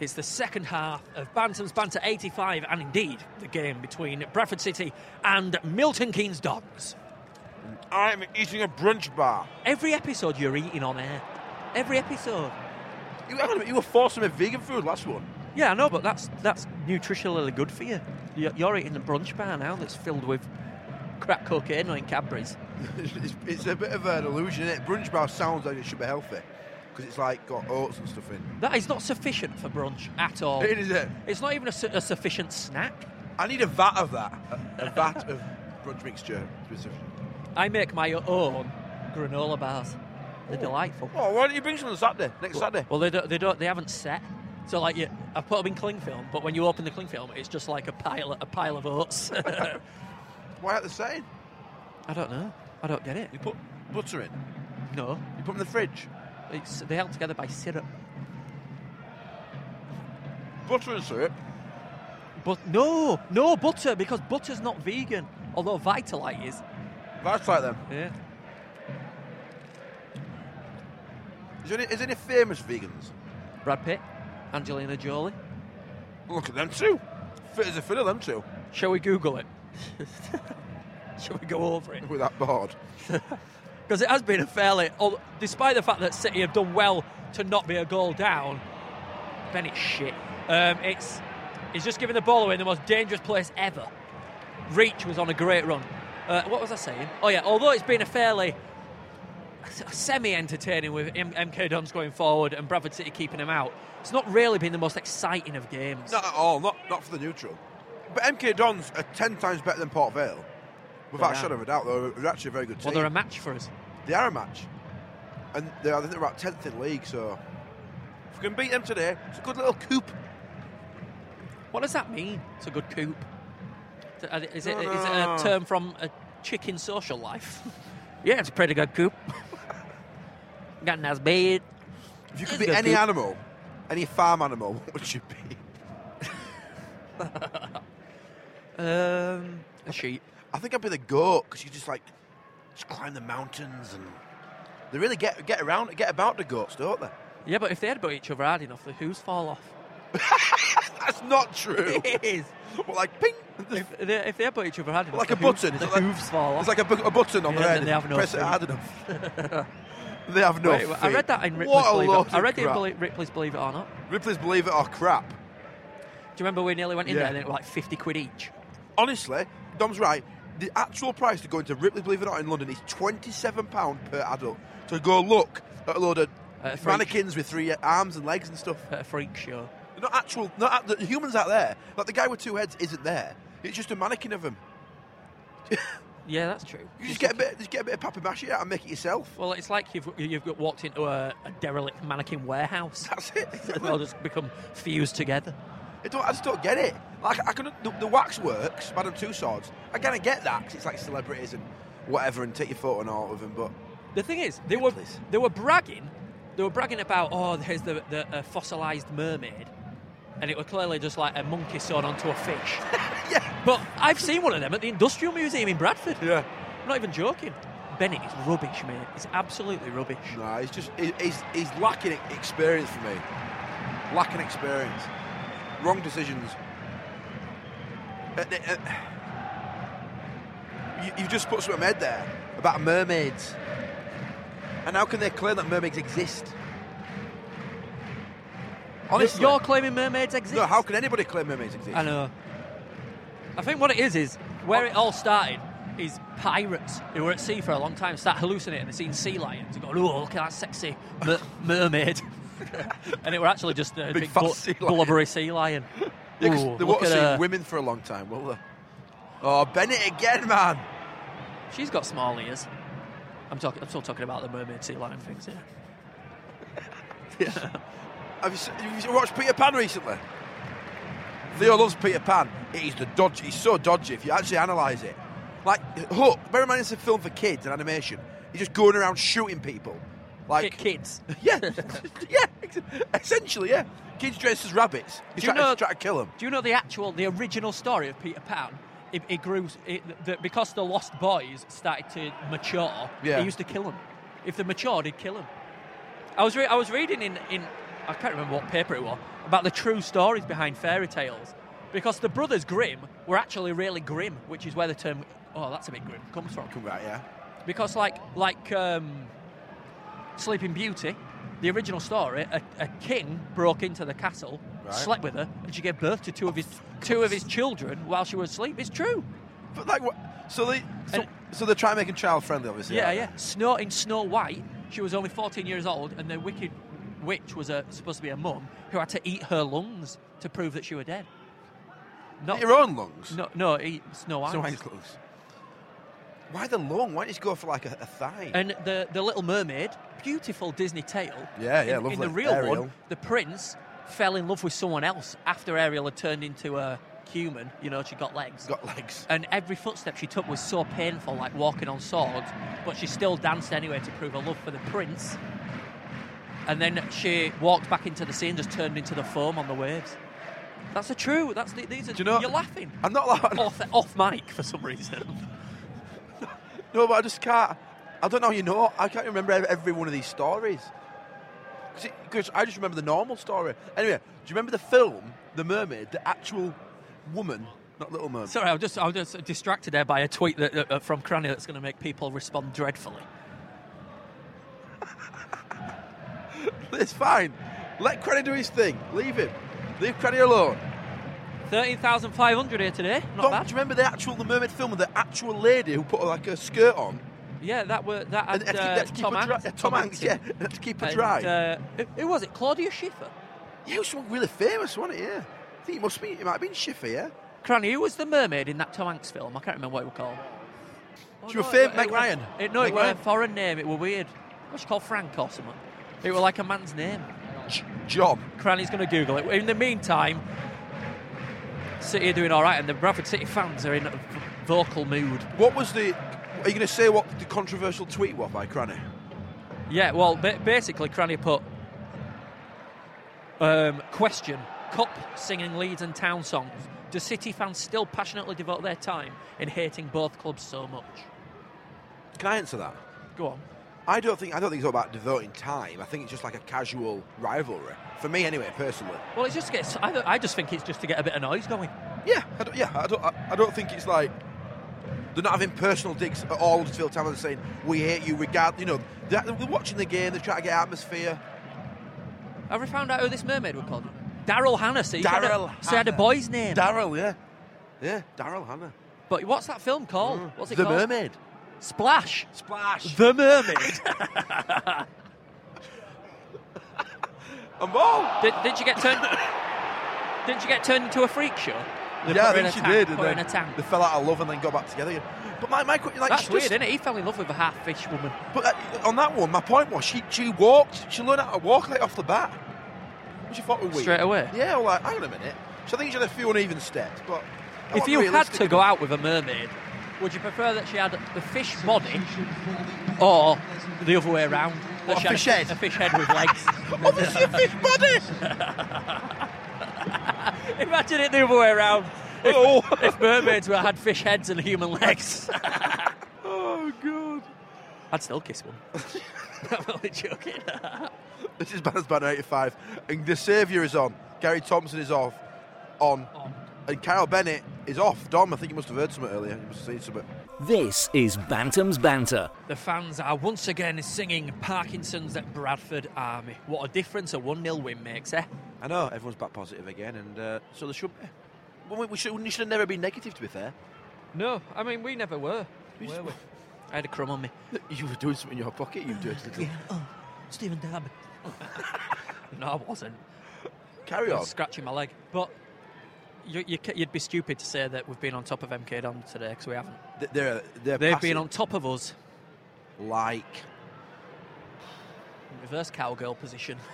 Speaker 3: It's the second half of Bantam's Banter 85, and indeed the game between Bradford City and Milton Keynes Dons.
Speaker 2: I'm eating a brunch bar.
Speaker 3: Every episode you're eating on air. Every episode.
Speaker 2: You, hang on a minute, you were forcing me vegan food last one.
Speaker 3: Yeah, I know, but that's that's nutritionally good for you. You're, you're eating a brunch bar now that's filled with crack cocaine or in Cadbury's.
Speaker 2: it's, it's a bit of an illusion, isn't it? Brunch bar sounds like it should be healthy because it's like got oats and stuff in.
Speaker 3: That is not sufficient for brunch at all.
Speaker 2: It is it.
Speaker 3: It's not even a, su- a sufficient snack.
Speaker 2: I need a vat of that. A, a vat of brunch mixture. Specific.
Speaker 3: I make my own granola bars. They're delightful.
Speaker 2: Oh, why don't you bring some on Saturday? Next Saturday.
Speaker 3: Well, they don't, they don't. They haven't set. So like, you, I put them in cling film, but when you open the cling film, it's just like a pile, a pile of oats. I
Speaker 2: Why aren't they saying?
Speaker 3: don't know. I don't get it.
Speaker 2: You put butter in.
Speaker 3: No,
Speaker 2: You put them in the fridge.
Speaker 3: it's they're held together by syrup.
Speaker 2: Butter and syrup.
Speaker 3: But no, no butter because butter's not vegan. Although Vitalite is.
Speaker 2: That's like them.
Speaker 3: Yeah.
Speaker 2: Is there, any, is there any famous vegans?
Speaker 3: Brad Pitt, Angelina Jolie.
Speaker 2: Look at them two. Fit as a fiddle, them two.
Speaker 3: Shall we Google it? Shall we go over it?
Speaker 2: With that board.
Speaker 3: Because it has been a fairly, al- despite the fact that City have done well to not be a goal down, Bennett's shit. Um, it's he's just giving the ball away in the most dangerous place ever. Reach was on a great run. Uh, what was I saying? Oh yeah, although it's been a fairly semi-entertaining with M- MK Dons going forward and Bradford City keeping him out, it's not really been the most exciting of games.
Speaker 2: Not at all. Not not for the neutral. But MK Dons are ten times better than Port Vale. Without a
Speaker 3: They are.
Speaker 2: shadow of a doubt, though, they're actually a very good team.
Speaker 3: Well, they're a match for us.
Speaker 2: They are a match. And they are, I think they're about 10th in league, so if we can beat them today, it's a good little coup.
Speaker 3: What does that mean? It's a good coup. Is it,
Speaker 2: No,
Speaker 3: uh, is it a
Speaker 2: no.
Speaker 3: term from a chicken social life? yeah, it's a pretty good coup. got nice beard.
Speaker 2: If you
Speaker 3: Let's
Speaker 2: could be
Speaker 3: go
Speaker 2: any
Speaker 3: through.
Speaker 2: animal, any farm animal, what would you be?
Speaker 3: Um, a sheep.
Speaker 2: I think I'd be the goat because you just like just climb the mountains and they really get get around get about the goats, don't they?
Speaker 3: Yeah, but if they headbutt each other hard enough, the hooves fall off.
Speaker 2: That's not true.
Speaker 3: It is.
Speaker 2: Well, like ping,
Speaker 3: If they, if they headbutt each other hard enough,
Speaker 2: like
Speaker 3: the
Speaker 2: a button.
Speaker 3: hooves, the
Speaker 2: It's like-
Speaker 3: hooves fall off.
Speaker 2: It's like a, bu- a button on
Speaker 3: Yeah,
Speaker 2: their
Speaker 3: and
Speaker 2: head.
Speaker 3: they have no
Speaker 2: press it
Speaker 3: feet.
Speaker 2: hard enough. they have no.
Speaker 3: Wait, I read
Speaker 2: feet.
Speaker 3: that in Ripley's
Speaker 2: What a
Speaker 3: Believe
Speaker 2: load
Speaker 3: It. I
Speaker 2: of
Speaker 3: read it in
Speaker 2: crap.
Speaker 3: Belie- Ripley's Believe It or Not.
Speaker 2: Ripley's Believe It or Crap.
Speaker 3: Do you remember we nearly went in
Speaker 2: Yeah.
Speaker 3: there and it was like 50 quid each?
Speaker 2: Honestly, Dom's right. The actual price to go into Ripley's Believe It or Not in London is twenty-seven pound per adult. So go look at a load of
Speaker 3: At a freak-
Speaker 2: mannequins with three uh, arms and legs and stuff.
Speaker 3: At a freak show.
Speaker 2: Not actual. Not act- the humans out there. Like the guy with two heads isn't there. It's just a mannequin of him.
Speaker 3: Yeah, that's true.
Speaker 2: You just get a bit, just get a bit of papier-mâché out and make it yourself.
Speaker 3: Well, it's like you've you've got walked into a, a derelict mannequin warehouse.
Speaker 2: That's it.
Speaker 3: They'll just become fused together.
Speaker 2: I, don't, I just don't get it. Like I couldn't. The, the waxworks, Madame Two Swords. I kind of get that 'cause it's like celebrities and whatever, and take your photo and all of them. But
Speaker 3: The thing is, they were
Speaker 2: Ripley's.
Speaker 3: they were bragging, they were bragging about oh, here's the the uh, fossilized mermaid, and it was clearly just like a monkey sewn onto a fish.
Speaker 2: yeah,
Speaker 3: but I've seen one of them at the Industrial Museum in Bradford. I'm not even joking. Bennett is rubbish, mate. It's absolutely rubbish.
Speaker 2: Nah, he's just he, he's he's lacking e- experience for me. Lacking experience. Wrong decisions. Uh, uh, uh, you, you've just put something in my head there about mermaids. And how can they claim that mermaids exist? Honestly,
Speaker 3: You're claiming mermaids exist.
Speaker 2: no. How can anybody claim mermaids exist?
Speaker 3: I know. uh, I think what it is is where it all started is pirates who were at sea for a long time start hallucinating and seeing sea lions and going, oh, look at that sexy mer- mermaid. and it were actually just a
Speaker 2: Big
Speaker 3: big,
Speaker 2: fat
Speaker 3: blu-
Speaker 2: sea lion.
Speaker 3: blubbery sea lion.
Speaker 2: Yeah, 'cause
Speaker 3: Ooh,
Speaker 2: they
Speaker 3: look
Speaker 2: won't
Speaker 3: at
Speaker 2: see
Speaker 3: her.
Speaker 2: women for a long time, will they? Oh, Bennett again, man.
Speaker 3: She's got small ears. I'm talking. I'm still talking about the mermaid sea lion things here.
Speaker 2: Have you, se- have you watched Peter Pan recently? Theo loves Peter Pan. It is the dodgy. He's so dodgy if you actually analyse it. Like Hook. Bear in mind, it's a film for kids and animation. He's just going around shooting people. Like
Speaker 3: kids.
Speaker 2: yeah, yeah. ex- Essentially, yeah. Kids dressed as rabbits. He's
Speaker 3: Do you
Speaker 2: trying,
Speaker 3: know-
Speaker 2: to, trying to kill them.
Speaker 3: Do you know the actual, the original story of Peter Pan? It, it grew it, the, because the Lost Boys started to mature.
Speaker 2: Yeah.
Speaker 3: They used to kill them. If they matured, he'd kill them. I was re- I was reading in, in I can't remember what paper it was about the true stories behind fairy tales, because the brothers Grimm were actually really grim, which is where the term oh that's a bit grim comes from.
Speaker 2: Right, yeah.
Speaker 3: Because like like um, Sleeping Beauty, the original story, a, a king broke into the castle,
Speaker 2: Right.
Speaker 3: slept with her, and she gave birth to two of his two of his children while she was asleep. It's true.
Speaker 2: But like, what? So they, so,
Speaker 3: And-
Speaker 2: so they're trying to make him child friendly, obviously.
Speaker 3: Yeah,
Speaker 2: aren't
Speaker 3: yeah. Snow in Snow White, she was only 14 years old, and the wicked witch was a, supposed to be a mum who had to eat her lungs to prove that she were dead.
Speaker 2: they?
Speaker 3: Not
Speaker 2: Your own lungs.
Speaker 3: no, no, eat Snow White.
Speaker 2: So why close? Why the long? Why don't you just go for like a, a thigh?
Speaker 3: And the the Little Mermaid, beautiful Disney tale.
Speaker 2: Yeah, yeah,
Speaker 3: in, in
Speaker 2: lovely.
Speaker 3: the real
Speaker 2: Ariel.
Speaker 3: one, the prince fell in love with someone else after Ariel had turned into a human. You know, she got legs.
Speaker 2: got legs.
Speaker 3: and every footstep she took was so painful, like walking on swords. But she still danced anyway to prove her love for the prince. And then she walked back into the sea and just turned into the foam on the waves. That's the true. That's the, these are.
Speaker 2: you know-
Speaker 3: You're laughing
Speaker 2: I'm not laughing.
Speaker 3: off off mic for some reason.
Speaker 2: No, but I just can't. I don't know. how You know, I can't remember ev- every one of these stories. Because I just remember the normal story. Anyway, do you remember the film, The Mermaid, the actual woman, not Little Mermaid?
Speaker 3: Sorry, I'm just I'm just distracted there by a tweet that, uh, uh, from Cranny that's going to make people respond dreadfully.
Speaker 2: It's fine. Let Cranny do his thing. Leave him. Leave Cranny alone.
Speaker 3: Thirteen thousand five hundred here today. Not
Speaker 2: Don't-
Speaker 3: bad.
Speaker 2: Do you remember the actual The Mermaid film with the actual lady who put like a skirt on?
Speaker 3: Yeah, that were that
Speaker 2: And they had to
Speaker 3: and,
Speaker 2: keep- they
Speaker 3: uh,
Speaker 2: had to keep
Speaker 3: Tom,
Speaker 2: her dry-
Speaker 3: Hanks,
Speaker 2: yeah, Tom Hanks,
Speaker 3: in.
Speaker 2: yeah. They had to keep her
Speaker 3: And,
Speaker 2: dry.
Speaker 3: uh, who, who was it? Claudia Schiffer.
Speaker 2: Yeah, it was someone really famous, wasn't it? Yeah. I think it must be. It might have been Schiffer, yeah?
Speaker 3: Cranny, who was the mermaid in that Tom Hanks film? I can't remember what it was called.
Speaker 2: She was
Speaker 3: it
Speaker 2: fam-
Speaker 3: were-
Speaker 2: Meg
Speaker 3: it were-
Speaker 2: Ryan.
Speaker 3: It, no,
Speaker 2: Meg
Speaker 3: it was a
Speaker 2: Ryan.
Speaker 3: foreign name. It were weird. What's she called? Frank or something. It were like a man's name.
Speaker 2: J- John.
Speaker 3: Cranny's going to Google it. In the meantime, City are doing all right, and the Bradford City fans are in a v- vocal mood.
Speaker 2: What was the? Are you going to say what the controversial tweet was by Cranny?
Speaker 3: Yeah, well, ba- basically, Cranny put um, question Cup singing Leeds and Town songs. Do City fans still passionately devote their time in hating both clubs so much?
Speaker 2: Can I answer that?
Speaker 3: Go on.
Speaker 2: I don't think I don't think it's all about devoting time. I think it's just like a casual rivalry for me, anyway, personally.
Speaker 3: Well, it's just gets. I, I just think it's just to get a bit of noise going.
Speaker 2: Yeah, I don't, yeah. I don't. I, I don't think it's like they're not having personal digs at all. Huddersfield Town are saying we hate you. Regard, you know, they're, they're watching the game. They're trying to get atmosphere.
Speaker 3: Have we found out who this mermaid was called? Daryl Hannah. See,
Speaker 2: Daryl
Speaker 3: So I had a
Speaker 2: Hannah.
Speaker 3: boy's name.
Speaker 2: Daryl, yeah, yeah. Daryl Hannah,
Speaker 3: but what's that film called? What's it
Speaker 2: Mm. the
Speaker 3: called?
Speaker 2: Mermaid,
Speaker 3: Splash.
Speaker 2: Splash,
Speaker 3: The Mermaid.
Speaker 2: and ball.
Speaker 3: Did, didn't you get turned? didn't you get turned into a freak show? They
Speaker 2: yeah, I
Speaker 3: put her in
Speaker 2: think she
Speaker 3: a tank,
Speaker 2: did. And
Speaker 3: put her
Speaker 2: then
Speaker 3: in a tank.
Speaker 2: They fell out of love and then got back together again. But my, my que- like,
Speaker 3: That's
Speaker 2: she
Speaker 3: weird,
Speaker 2: just-
Speaker 3: isn't it? He fell in love with a half fish woman.
Speaker 2: But uh, on that one, my point was she she walked. She learned how to walk like off the bat. Which I thought was weird.
Speaker 3: Straight away?
Speaker 2: Yeah, well, like, hang on a minute. So I think she had a few uneven steps, but I
Speaker 3: if
Speaker 2: wasn't
Speaker 3: you had
Speaker 2: realistic
Speaker 3: to go out with a mermaid, would you prefer that she had the fish body or the other way around?
Speaker 2: What, a
Speaker 3: she had
Speaker 2: fish
Speaker 3: a,
Speaker 2: head?
Speaker 3: A fish head with legs.
Speaker 2: Obviously, a fish body.
Speaker 3: Imagine it the other way around. If, if mermaids were, had fish heads and human legs,
Speaker 2: oh god!
Speaker 3: I'd still kiss one. I'm only joking.
Speaker 2: This is Bands Band 85, and the saviour is on. Gary Thompson is off, on, and Carol Bennett is off. Dom, I think you must have heard something earlier. You must have seen something.
Speaker 1: This is Bantam's Banter.
Speaker 3: The fans are once again singing Parkinson's at Bradford Army. What a difference a 1 0 win makes, eh?
Speaker 2: I know everyone's back positive again, and uh, so there should be. Well, we- we should, we should have never been negative, to be fair.
Speaker 3: No, I mean, we never were.
Speaker 2: We just-
Speaker 3: were we? I had a crumb on me.
Speaker 2: You were doing something in your pocket, you dirty little.
Speaker 3: Oh, Stephen Darby. no, I wasn't.
Speaker 2: Carry
Speaker 3: I
Speaker 2: on.
Speaker 3: was scratching my leg. But you, you, ca- you'd be stupid to say that we've been on top of MK Don today because we haven't.
Speaker 2: Th- They're, they're
Speaker 3: They've
Speaker 2: passing
Speaker 3: been on top of us
Speaker 2: like.
Speaker 3: in reverse cowgirl position.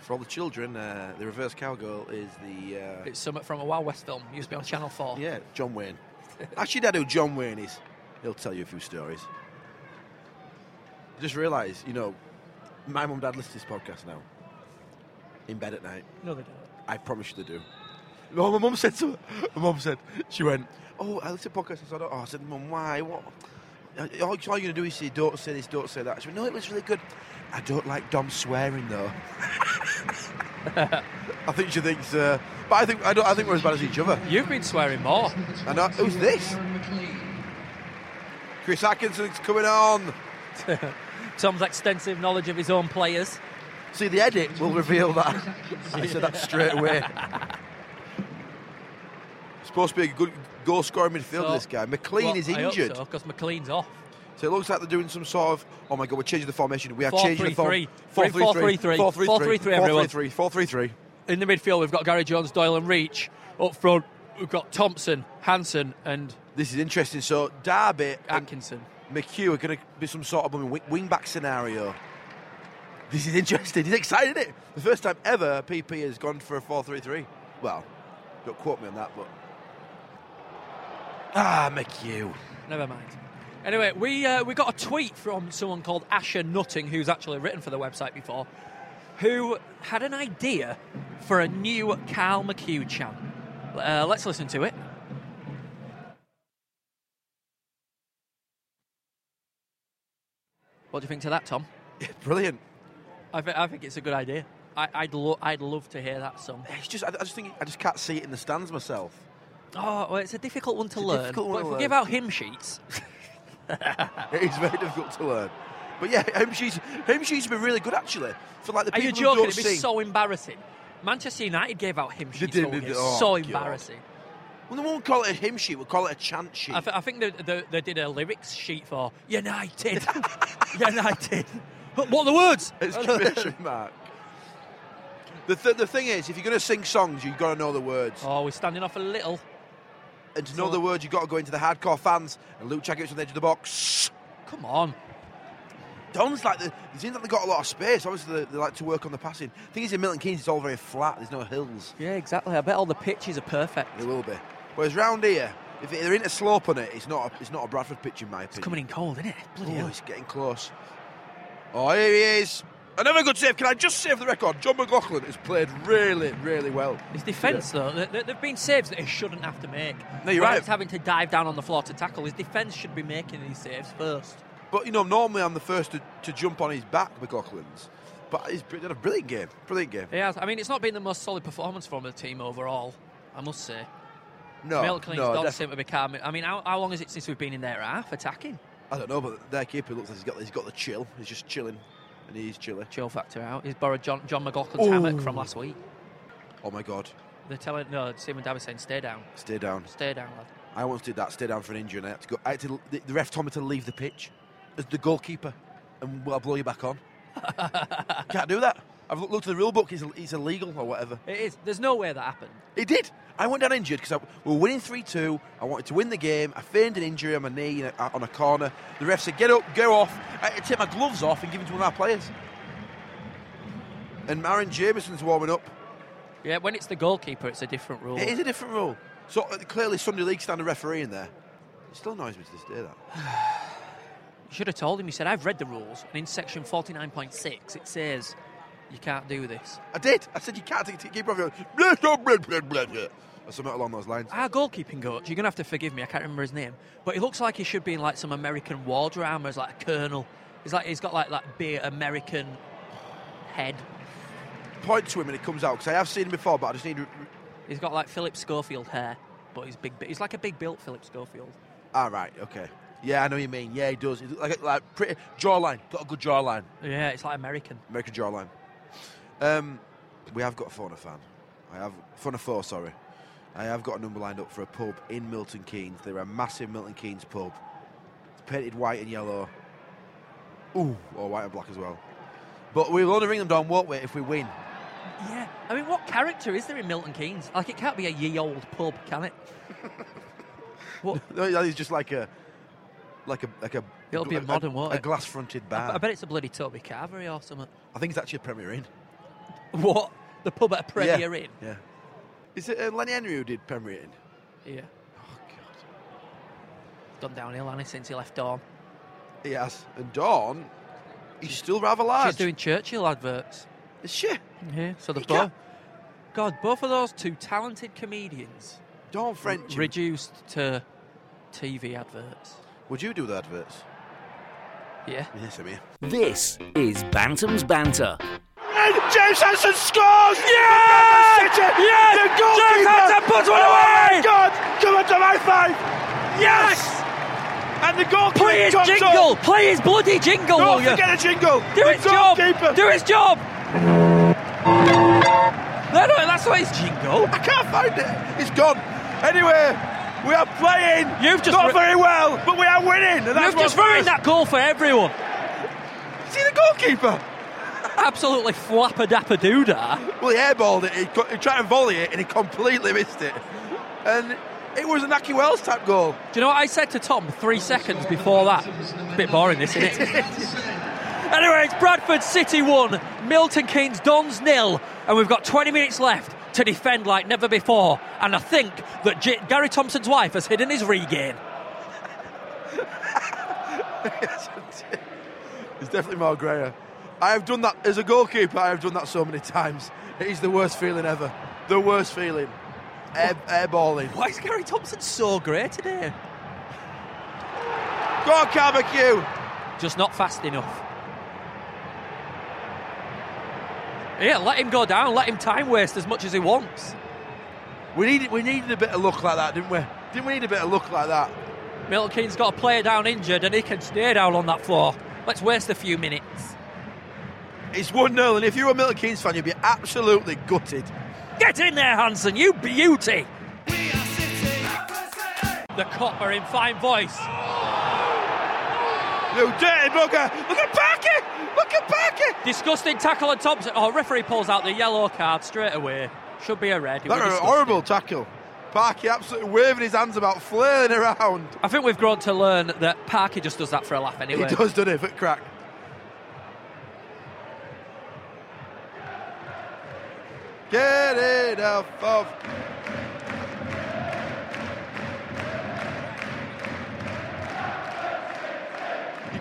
Speaker 2: For all the children, uh, the reverse cowgirl is the. Uh,
Speaker 3: It's something from a Wild West film. Used to be on Channel 4.
Speaker 2: yeah, John Wayne. Actually, Dad, who John Wayne is, he'll tell you a few stories. Just realise, you know, my mum and dad listen to this podcast now. In bed at night.
Speaker 3: No, they don't.
Speaker 2: I promise you they do. No, my mum said so. My mum said, she went, Oh, I listen to podcasts. I said, Oh, I said, Mum, why? What? All, all you're going to do is say, Don't say this, don't say that. She went, No, it was really good. I don't like Dom swearing, though. I think she thinks, uh, but I think I, don't, I think we're as bad as each other.
Speaker 3: You've been swearing more.
Speaker 2: I know, who's this? Chris Atkinson's coming on.
Speaker 3: Tom's extensive knowledge of his own players.
Speaker 2: See, the edit will reveal that. I said that straight away. Supposed to be a good goal scoring midfielder,
Speaker 3: So-
Speaker 2: this guy. McLean
Speaker 3: Well,
Speaker 2: is
Speaker 3: I hope
Speaker 2: injured.
Speaker 3: so,
Speaker 2: So.
Speaker 3: 'cause McLean's off.
Speaker 2: it looks like they're doing some sort of, oh my God, we're changing the formation. We are changing the
Speaker 3: 4-3-3.
Speaker 2: formation.
Speaker 3: 4-3-3. 4-3-3, everyone.
Speaker 2: 4-3-3. 4-3-3.
Speaker 3: In the midfield, we've got Gary Jones, Doyle, and Reach. Up front, we've got Thompson, Hanson, and
Speaker 2: This is interesting. So Derby and
Speaker 3: Atkinson.
Speaker 2: McHugh are going to be some sort of I mean, wing- wing-back scenario. This is interesting. He's excited, isn't it? The first time ever PP has gone for a 4-3-3. Well, don't quote me on that, but... Ah, McHugh.
Speaker 3: Never mind. Anyway, we uh, we got a tweet from someone called Asher Nutting, who's actually written for the website before, who had an idea for a new Carl McHugh chant. Uh, let's listen to it. What do you think to that, Tom?
Speaker 2: Brilliant.
Speaker 3: I, th- I think it's a good idea. I- I'd lo- I'd love to hear that song.
Speaker 2: It's just, I, I just think I just can't see it in the stands myself.
Speaker 3: Oh, well, it's a difficult one to
Speaker 2: It's a
Speaker 3: learn.
Speaker 2: difficult
Speaker 3: but
Speaker 2: one
Speaker 3: if
Speaker 2: to
Speaker 3: we
Speaker 2: learn.
Speaker 3: give out hymn sheets,
Speaker 2: It is very difficult to learn. But yeah, him she's him she's been really good actually. For like the
Speaker 3: Are
Speaker 2: people
Speaker 3: you
Speaker 2: who
Speaker 3: joking?
Speaker 2: don't
Speaker 3: It'd be
Speaker 2: sing.
Speaker 3: so embarrassing. Manchester United gave out hymn sheets.
Speaker 2: did,
Speaker 3: all
Speaker 2: they
Speaker 3: year.
Speaker 2: did. Oh,
Speaker 3: so
Speaker 2: God.
Speaker 3: embarrassing.
Speaker 2: well, they won't call it a hymn sheet. We'll call it a chant sheet.
Speaker 3: I, th- I think they, they, they did a lyrics sheet for United. United. But what are the words?
Speaker 2: Exclamation mark. The, th- the thing is, if you're going to sing songs, you've got to know the words.
Speaker 3: Oh, we're standing off a little.
Speaker 2: and to know the words, you've got to go into the hardcore fans. And Luke Jackett's on the edge of the box.
Speaker 3: Come on.
Speaker 2: Don's like, the, it seems like they've got a lot of space. Obviously, they, they like to work on the passing. thing is, in Milton Keynes, it's all very flat. There's no hills.
Speaker 3: Yeah, exactly. I bet all the pitches are perfect.
Speaker 2: There will be. Whereas round here, If they're in a slope on it, it's not a, it's not a Bradford pitch in my opinion.
Speaker 3: It's coming in cold, isn't it? Bloody
Speaker 2: Oh,
Speaker 3: hell.
Speaker 2: it's getting close. Oh, here he is. Another good save. Can I just save the record? John McLaughlin has played really, really well.
Speaker 3: His defence, though, th- th- there've been saves that he shouldn't have to make.
Speaker 2: No, you're
Speaker 3: Wright's
Speaker 2: right.
Speaker 3: having to dive down on the floor to tackle. His defence should be making these saves first.
Speaker 2: But, you know, normally I'm the first to, to jump on his back, McLaughlin's. But he's br- done a brilliant game. Brilliant game.
Speaker 3: He has. I mean, it's not been the most solid performance from the team overall. I must say,
Speaker 2: No,
Speaker 3: Milkley's
Speaker 2: no,
Speaker 3: don't
Speaker 2: def-
Speaker 3: seem to be calm. I mean, how, how long is it since we've been in their half attacking?
Speaker 2: I don't know, but their keeper looks like he's got, he's got the chill. He's just chilling, and he's chilling.
Speaker 3: Joe Factor out. He's borrowed John, John McLaughlin's hammock from last week.
Speaker 2: Oh, my God.
Speaker 3: They're telling no, Simon Davis saying stay down,
Speaker 2: Stay down.
Speaker 3: stay down, lad.
Speaker 2: I once did that. Stay down for an injury, and I had to go. I had to, the, the ref told me to leave the pitch as the goalkeeper, and I'll blow you back on. Can't do that. I've looked, looked at the rule book. It's, ill- it's illegal or whatever.
Speaker 3: It is. There's no way that happened.
Speaker 2: He did. I went down injured because we were winning three two. I wanted to win the game. I feigned an injury on my knee in a- on a corner. The ref said, "Get up, go off." I had to take my gloves off and give them to one of our players. And Marin Jameson's warming up.
Speaker 3: Yeah, when it's the goalkeeper, it's a different rule.
Speaker 2: It is a different rule. So uh, clearly, Sunday League standard referee in there. It still annoys me to this day that.
Speaker 3: You should have told him. You said, I've read the rules, and in section 49.6, it says you can't do this.
Speaker 2: I did. I said you can't take a keeper off. your- Blah, blah, blah, blah, blah, blah. Or something along those lines.
Speaker 3: Our goalkeeping coach, you're going to have to forgive me, I can't remember his name, but he looks like he should be in like some American war drama as like a colonel. He's like he's got like that big American head.
Speaker 2: Point to him and it comes out because I have seen him before, but I just need. to-
Speaker 3: He's got like Philip Schofield hair, but he's big. He's like a big built Philip Schofield.
Speaker 2: All Ah, right, okay. Yeah, I know what you mean. Yeah, he does. He look like like pretty jawline. Got a good jawline.
Speaker 3: Yeah, it's like American.
Speaker 2: American jawline. Um, we have got a Fauna fan. I have Fauna four. Sorry, I have got a number lined up for a pub in Milton Keynes. They're a massive Milton Keynes pub. It's painted white and yellow. Ooh, or white and black as well. But we'll only ring them down, won't we, if we win?
Speaker 3: Yeah, I mean, what character is there in Milton Keynes? Like, it can't be a ye old pub, can it? what?
Speaker 2: No, that is just like a, like a, like a.
Speaker 3: It'll be a modern, won't
Speaker 2: A
Speaker 3: it?
Speaker 2: glass-fronted bar.
Speaker 3: I bet it's a bloody Toby Carvery or something.
Speaker 2: I think it's actually a Premier Inn.
Speaker 3: What? The pub at a
Speaker 2: Yeah,
Speaker 3: Premier Inn?
Speaker 2: Yeah. Is it uh, Lenny Henry who did Premier Inn?
Speaker 3: Yeah. Oh, Gone downhill, Annie, since he left Dawn.
Speaker 2: He has. And Dawn, he's still rather large.
Speaker 3: She's doing Churchill adverts.
Speaker 2: Is she?
Speaker 3: Yeah. So the
Speaker 2: You
Speaker 3: both.
Speaker 2: can't-
Speaker 3: God, both of those two talented comedians
Speaker 2: Dawn French.
Speaker 3: reduced to TV adverts.
Speaker 2: Would you do the adverts?
Speaker 3: Yeah.
Speaker 2: Yes, I mean.
Speaker 1: This is Bantam's Banter.
Speaker 4: And James Hansen scores! Yes! Yes! The goalkeeper!
Speaker 3: James Hansen puts one
Speaker 4: oh
Speaker 3: away!
Speaker 4: my God! Come on to my five! Yes! And the goalkeeper
Speaker 3: Play his
Speaker 4: comes
Speaker 3: jingle!
Speaker 4: up.
Speaker 3: Play his bloody jingle,
Speaker 4: Don't
Speaker 3: will you?
Speaker 4: forget a jingle!
Speaker 3: Do
Speaker 4: the
Speaker 3: his job!
Speaker 4: goalkeeper!
Speaker 3: Do his job! No, no, that's not his jingle.
Speaker 2: I can't find it. It's gone. Anyway, we are playing.
Speaker 3: You've just
Speaker 2: not
Speaker 3: ru-
Speaker 2: very well, but we are winning. And that's
Speaker 3: You've just
Speaker 2: what
Speaker 3: ruined that goal for everyone.
Speaker 2: matters. See the goalkeeper.
Speaker 3: Absolutely flapper dapper doodah.
Speaker 2: Well, he airballed it. He, co- he tried to volley it, and he completely missed it. And it was an Aki Wells type goal.
Speaker 3: Do you know what I said to Tom three seconds before that? It's a bit boring, this, isn't it? Anyway, it's Bradford City 1, Milton Keynes Dons nil, and we've got 20 minutes left to defend like never before. And I think that J- Gary Thompson's wife has hidden his regain.
Speaker 2: it's definitely Mark Greyer. I have done that as a goalkeeper. I have done that so many times. It is the worst feeling ever. The worst feeling. Air, airballing.
Speaker 3: Why is Gary Thompson so great today?
Speaker 2: Go on, Barbecue.
Speaker 3: Just not fast enough. Yeah, let him go down, let him time waste as much as he wants.
Speaker 2: We needed we needed a bit of luck like that, didn't we? Didn't we need a bit of luck like that?
Speaker 3: Milton Keynes got a player down injured and he can stay down on that floor. Let's waste a few minutes.
Speaker 2: It's one 0 and if you were a Milton Keynes fan, you'd be absolutely gutted.
Speaker 3: Get in there, Hanson, you beauty! The copper in fine voice.
Speaker 2: You dirty bugger! Look at Parker! Look at Parker!
Speaker 3: Disgusting tackle on Thompson. Oh, referee pulls out the yellow card straight away. Should be a red.
Speaker 2: That
Speaker 3: It were
Speaker 2: was a
Speaker 3: disgusting.
Speaker 2: horrible tackle. Parker absolutely waving his hands about, flailing around.
Speaker 3: I think we've grown to learn that Parky just does that for a laugh
Speaker 2: He
Speaker 3: anyway.
Speaker 2: does, doesn't he? Foot crack. Get it off of.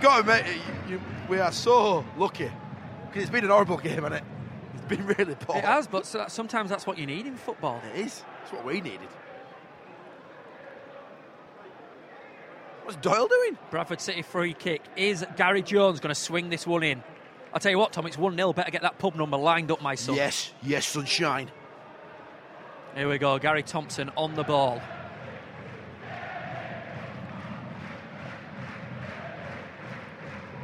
Speaker 2: got to admit, you, you, we are so lucky because it's been an horrible game, hasn't it? It's been really poor.
Speaker 3: It has, but so- sometimes that's what you need in football.
Speaker 2: It is. It's what we needed. What's Doyle doing?
Speaker 3: Bradford City free kick. Is Gary Jones going to swing this one in? I'll tell you what, Tom, it's 1 0. Better get that pub number lined up, my son.
Speaker 2: Yes, yes, sunshine.
Speaker 3: Here we go. Gary Thompson on the ball.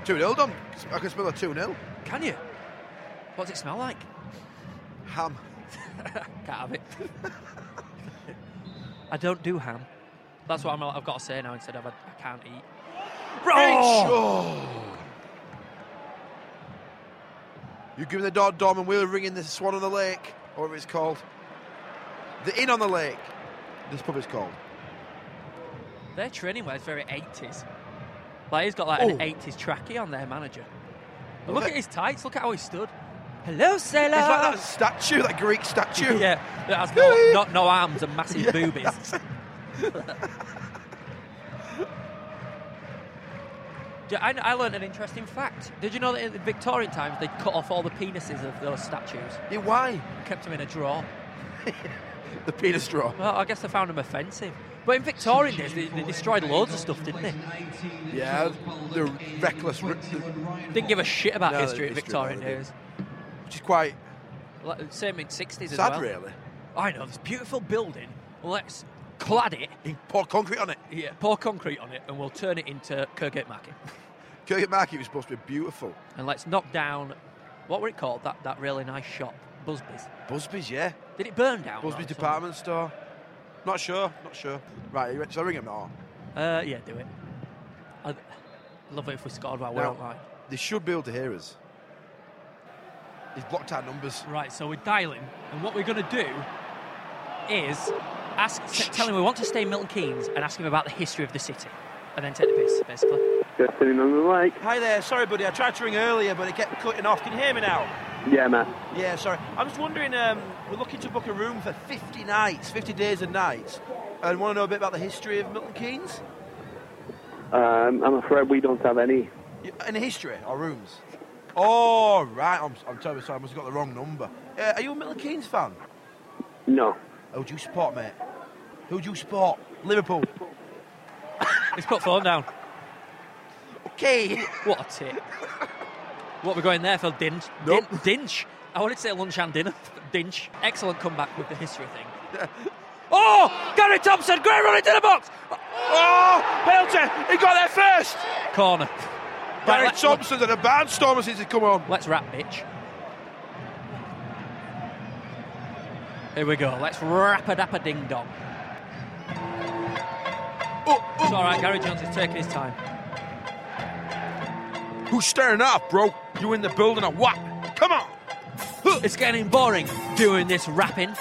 Speaker 2: Two 0 done. I can smell a two 0
Speaker 3: Can you? What does it smell like?
Speaker 2: Ham.
Speaker 3: Can't have it. I don't do ham. That's what I'm, I've got to say now instead of I, I can't eat.
Speaker 2: Oh. You give me the dot, Dom, and we're ringing the Swan on the Lake, or whatever it's called. The Inn on the Lake. This pub is called.
Speaker 3: Their training wear is very 80s. Like he's got like an
Speaker 2: Oh.
Speaker 3: 80s trackie on their manager. But
Speaker 2: Love
Speaker 3: look
Speaker 2: it.
Speaker 3: at his tights. Look at how he stood. Hello, sailor.
Speaker 2: It's like that statue, that Greek statue.
Speaker 3: yeah, that has no, not no arms and massive
Speaker 2: Yeah,
Speaker 3: boobies.
Speaker 2: that's it.
Speaker 3: Do- I, I learned an interesting fact. Did you know that in the Victorian times they cut off all the penises of those statues,
Speaker 2: Yeah, why?
Speaker 3: kept them in a drawer?
Speaker 2: The penis straw.
Speaker 3: Well, I guess they found them offensive. But in Victorian days, they, they destroyed loads of stuff, didn't they?
Speaker 2: Yeah, the reckless, r-
Speaker 3: Didn't give a shit about
Speaker 2: No,
Speaker 3: history in
Speaker 2: history,
Speaker 3: Victorian
Speaker 2: no, they
Speaker 3: days.
Speaker 2: which is quite
Speaker 3: Like, same in 60s as
Speaker 2: sad,
Speaker 3: well.
Speaker 2: really.
Speaker 3: I know, this beautiful building, let's clad it,
Speaker 2: He poured concrete on it.
Speaker 3: yeah. pour concrete on it, and we'll turn it into Kirgate Market.
Speaker 2: Kirkgate Market was supposed to be beautiful.
Speaker 3: And let's knock down, what were it called, that, that really nice shop? Busby's.
Speaker 2: Busby's, yeah.
Speaker 3: Did it burn down?
Speaker 2: Busby's
Speaker 3: or
Speaker 2: department store. Not sure, not sure. Right, you- shall I ring him now?
Speaker 3: something? Uh, yeah, do it. I'd love it if we scored while we're
Speaker 2: No.
Speaker 3: online.
Speaker 2: They should be able to hear us. He's blocked our numbers.
Speaker 3: Right, so we're dialing, and what we're going to do is ask, t- tell him we want to stay in Milton Keynes and ask him about the history of the city, and then take the piss, basically.
Speaker 7: Just sitting on the lake.
Speaker 4: Hi there, sorry buddy, I tried to ring earlier but it kept cutting off. Can you hear me now?
Speaker 7: Yeah, Matt.
Speaker 4: Yeah, sorry. I was wondering, um, we're looking to book a room for 50 nights, 50 days and nights, and want to know a bit about the history of Milton Keynes.
Speaker 7: Um, I'm afraid we don't have any.
Speaker 2: Y- In the history, our rooms. Oh, right, I'm, I'm terribly sorry, I must have got the wrong number. Uh, are you a Milton Keynes fan?
Speaker 7: No.
Speaker 2: Who do you support, mate? Who do you support? Liverpool.
Speaker 3: He's put phone down.
Speaker 2: Okay.
Speaker 3: What a tip. what we're going there for, Dinch.
Speaker 2: Nope.
Speaker 3: Din- dinch. I wanted to say lunch and dinner. Dinch. Excellent comeback with the history thing. oh! Gary Thompson, great run into the box!
Speaker 2: oh!
Speaker 4: Penalty! He got there first!
Speaker 3: Corner.
Speaker 2: Barry
Speaker 3: let-
Speaker 2: Thompson's had a barnstormer since he's come on.
Speaker 3: Let's wrap, bitch. Here we go. Let's wrap a dapper ding dong.
Speaker 2: Oh,
Speaker 3: It's all right. Gary Jones is taking his time.
Speaker 2: Who's staring up, bro? You in the building or what? Come on!
Speaker 3: It's getting boring doing this rapping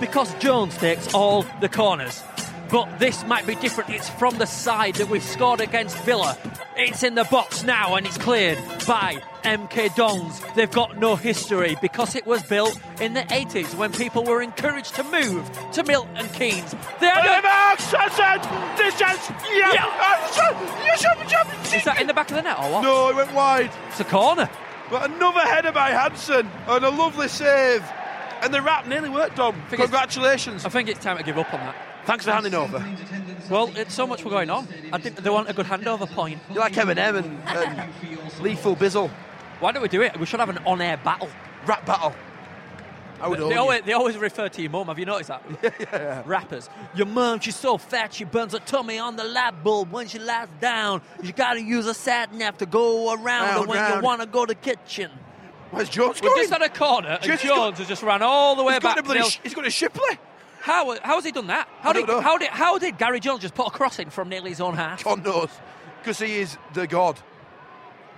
Speaker 3: because Jones takes all the corners. But this might be different. It's from the side that we scored against Villa. It's in the box now and it's cleared by MK Dons. They've got no history because it was built in the 80s when people were encouraged to move to Milton Keynes. They had no-
Speaker 2: Uh,
Speaker 3: Is that in the back of the net or what?
Speaker 2: No, it went wide.
Speaker 3: It's a corner.
Speaker 2: But another header by Hansen and a lovely save. And the wrap nearly worked, Dom.
Speaker 3: think it's-
Speaker 2: Congratulations.
Speaker 3: I think it's time to give up on that.
Speaker 2: Thanks for handing over.
Speaker 3: Well, it's so much were going on. I didn't, they want a good handover point.
Speaker 2: You're like Eminem and, and Lethal Bizzle.
Speaker 3: Why don't we do it? We should have an on-air battle.
Speaker 2: Rap battle. I would
Speaker 3: They,
Speaker 2: own
Speaker 3: they
Speaker 2: you.
Speaker 3: always, they always refer to your mum. Have you noticed that? Rappers. Your mum, she's so fat, she burns her tummy on the light bulb when she lies down. You gotta use a sat nav to go around her
Speaker 2: Round,
Speaker 3: when you
Speaker 2: round.
Speaker 3: wanna go to kitchen.
Speaker 2: Where's Jones
Speaker 3: We're
Speaker 2: going?
Speaker 3: just on a corner, and
Speaker 2: Just-
Speaker 3: Jones has just ran all the way
Speaker 2: he's,
Speaker 3: back.
Speaker 2: going to bloody
Speaker 3: Now,
Speaker 2: sh- he's going to Shipley.
Speaker 3: how, how has he done that? How
Speaker 2: I
Speaker 3: did,
Speaker 2: don't know.
Speaker 3: how, did, how did Gary Jones just put a crossing from nearly his own half?
Speaker 2: God knows. Because he is the god.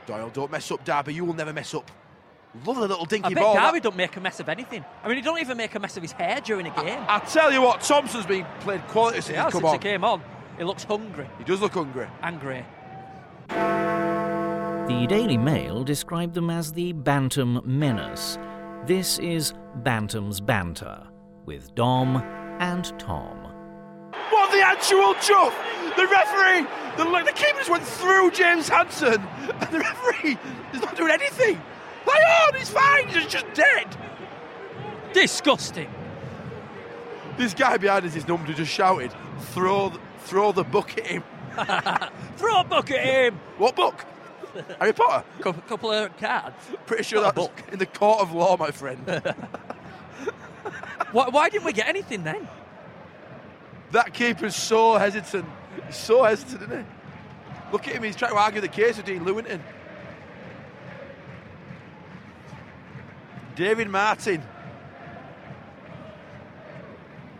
Speaker 2: Doyle, don't mess up, Derby. You will never mess up. Lovely little
Speaker 3: I
Speaker 2: dinky
Speaker 3: bet
Speaker 2: ball. that.
Speaker 3: Darby don't make a mess of anything. I mean, he don't even make a mess of his hair during a game.
Speaker 2: I tell you what, Thompson's been played quality since
Speaker 3: Yeah,
Speaker 2: he's
Speaker 3: since
Speaker 2: come
Speaker 3: he
Speaker 2: on.
Speaker 3: came on, he looks hungry,
Speaker 2: He does look hungry.
Speaker 3: angry.
Speaker 1: The Daily Mail described them as the Bantam Menace. This is Bantam's Banter with Dom and Tom.
Speaker 2: What the actual chuff? The referee, the, the keeper just went through James Hanson, and the referee is not doing anything. Like, on, he's fine, he's just dead.
Speaker 3: Disgusting.
Speaker 2: This guy behind us, his number just shouted, throw, th- throw the book at him.
Speaker 3: Throw a book at him.
Speaker 2: What book? Harry Potter.
Speaker 3: Couple, couple of cards.
Speaker 2: Pretty sure
Speaker 3: Not a
Speaker 2: that's in the court of law, my friend.
Speaker 3: Why, why didn't we get anything then?
Speaker 2: that keeper's so hesitant. He's so hesitant, isn't he? Look at him, he's trying to argue the case with Dean Lewington. David Martin.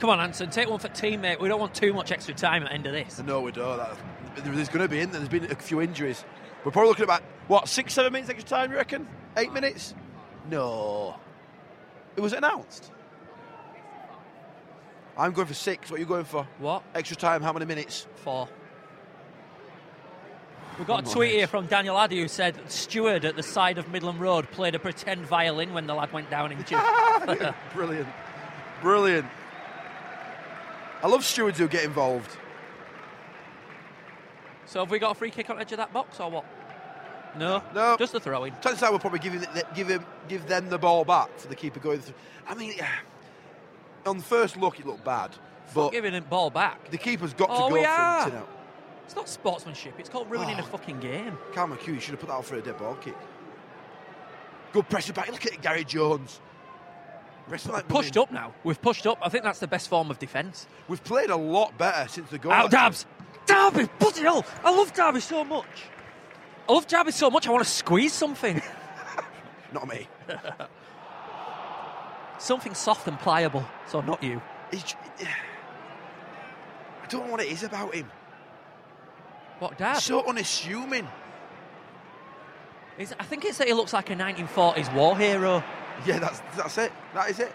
Speaker 3: Come on, Anson, take one for teammate. We don't want too much extra time at the end of this.
Speaker 2: No, we don't. That, there's going to be in there. There's been a few injuries. We're probably looking at about, what, six, seven minutes extra time, you reckon? Eight minutes? No. It was announced. I'm going for six. What are you going for?
Speaker 3: What?
Speaker 2: Extra time, how many minutes?
Speaker 3: For? We got
Speaker 2: Come
Speaker 3: a
Speaker 2: on,
Speaker 3: tweet here
Speaker 2: Ed.
Speaker 3: from Daniel Addy who said Steward at the side of Midland Road played a pretend violin when the lad went down in June.
Speaker 2: Brilliant. Brilliant. I love stewards who get involved.
Speaker 3: so have we got a free kick on the edge of that box or what? No.
Speaker 2: No.
Speaker 3: Just the throw in.
Speaker 2: Chances are we'll probably give him, give him, give them the ball back for the keeper going through. I mean, on first look it looked bad, but
Speaker 3: Giving him ball back.
Speaker 2: the keeper's got to
Speaker 3: Oh,
Speaker 2: go
Speaker 3: we
Speaker 2: for
Speaker 3: are.
Speaker 2: it. You know.
Speaker 3: It's not sportsmanship. It's called ruining a
Speaker 2: Oh.
Speaker 3: fucking game.
Speaker 2: Cal McHugh, you should have put that out for a dead ball kick. Good pressure back. Look at it, Gary Jones. Wrestling like
Speaker 3: Pushed
Speaker 2: women.
Speaker 3: up now. We've pushed up. I think that's the best form of defence.
Speaker 2: We've played a lot better since the goal.
Speaker 3: Out Dabs! Derby! Bloody hell! Oh, I love Derby so much. I love Derby so much I want to squeeze something.
Speaker 2: Not me.
Speaker 3: something soft and pliable. So not you.
Speaker 2: He's j- I don't know what it is about him.
Speaker 3: What, Dad?
Speaker 2: So unassuming.
Speaker 3: Is- I think it's that he looks like a 1940s war hero.
Speaker 2: Yeah, that's that's it. That is it.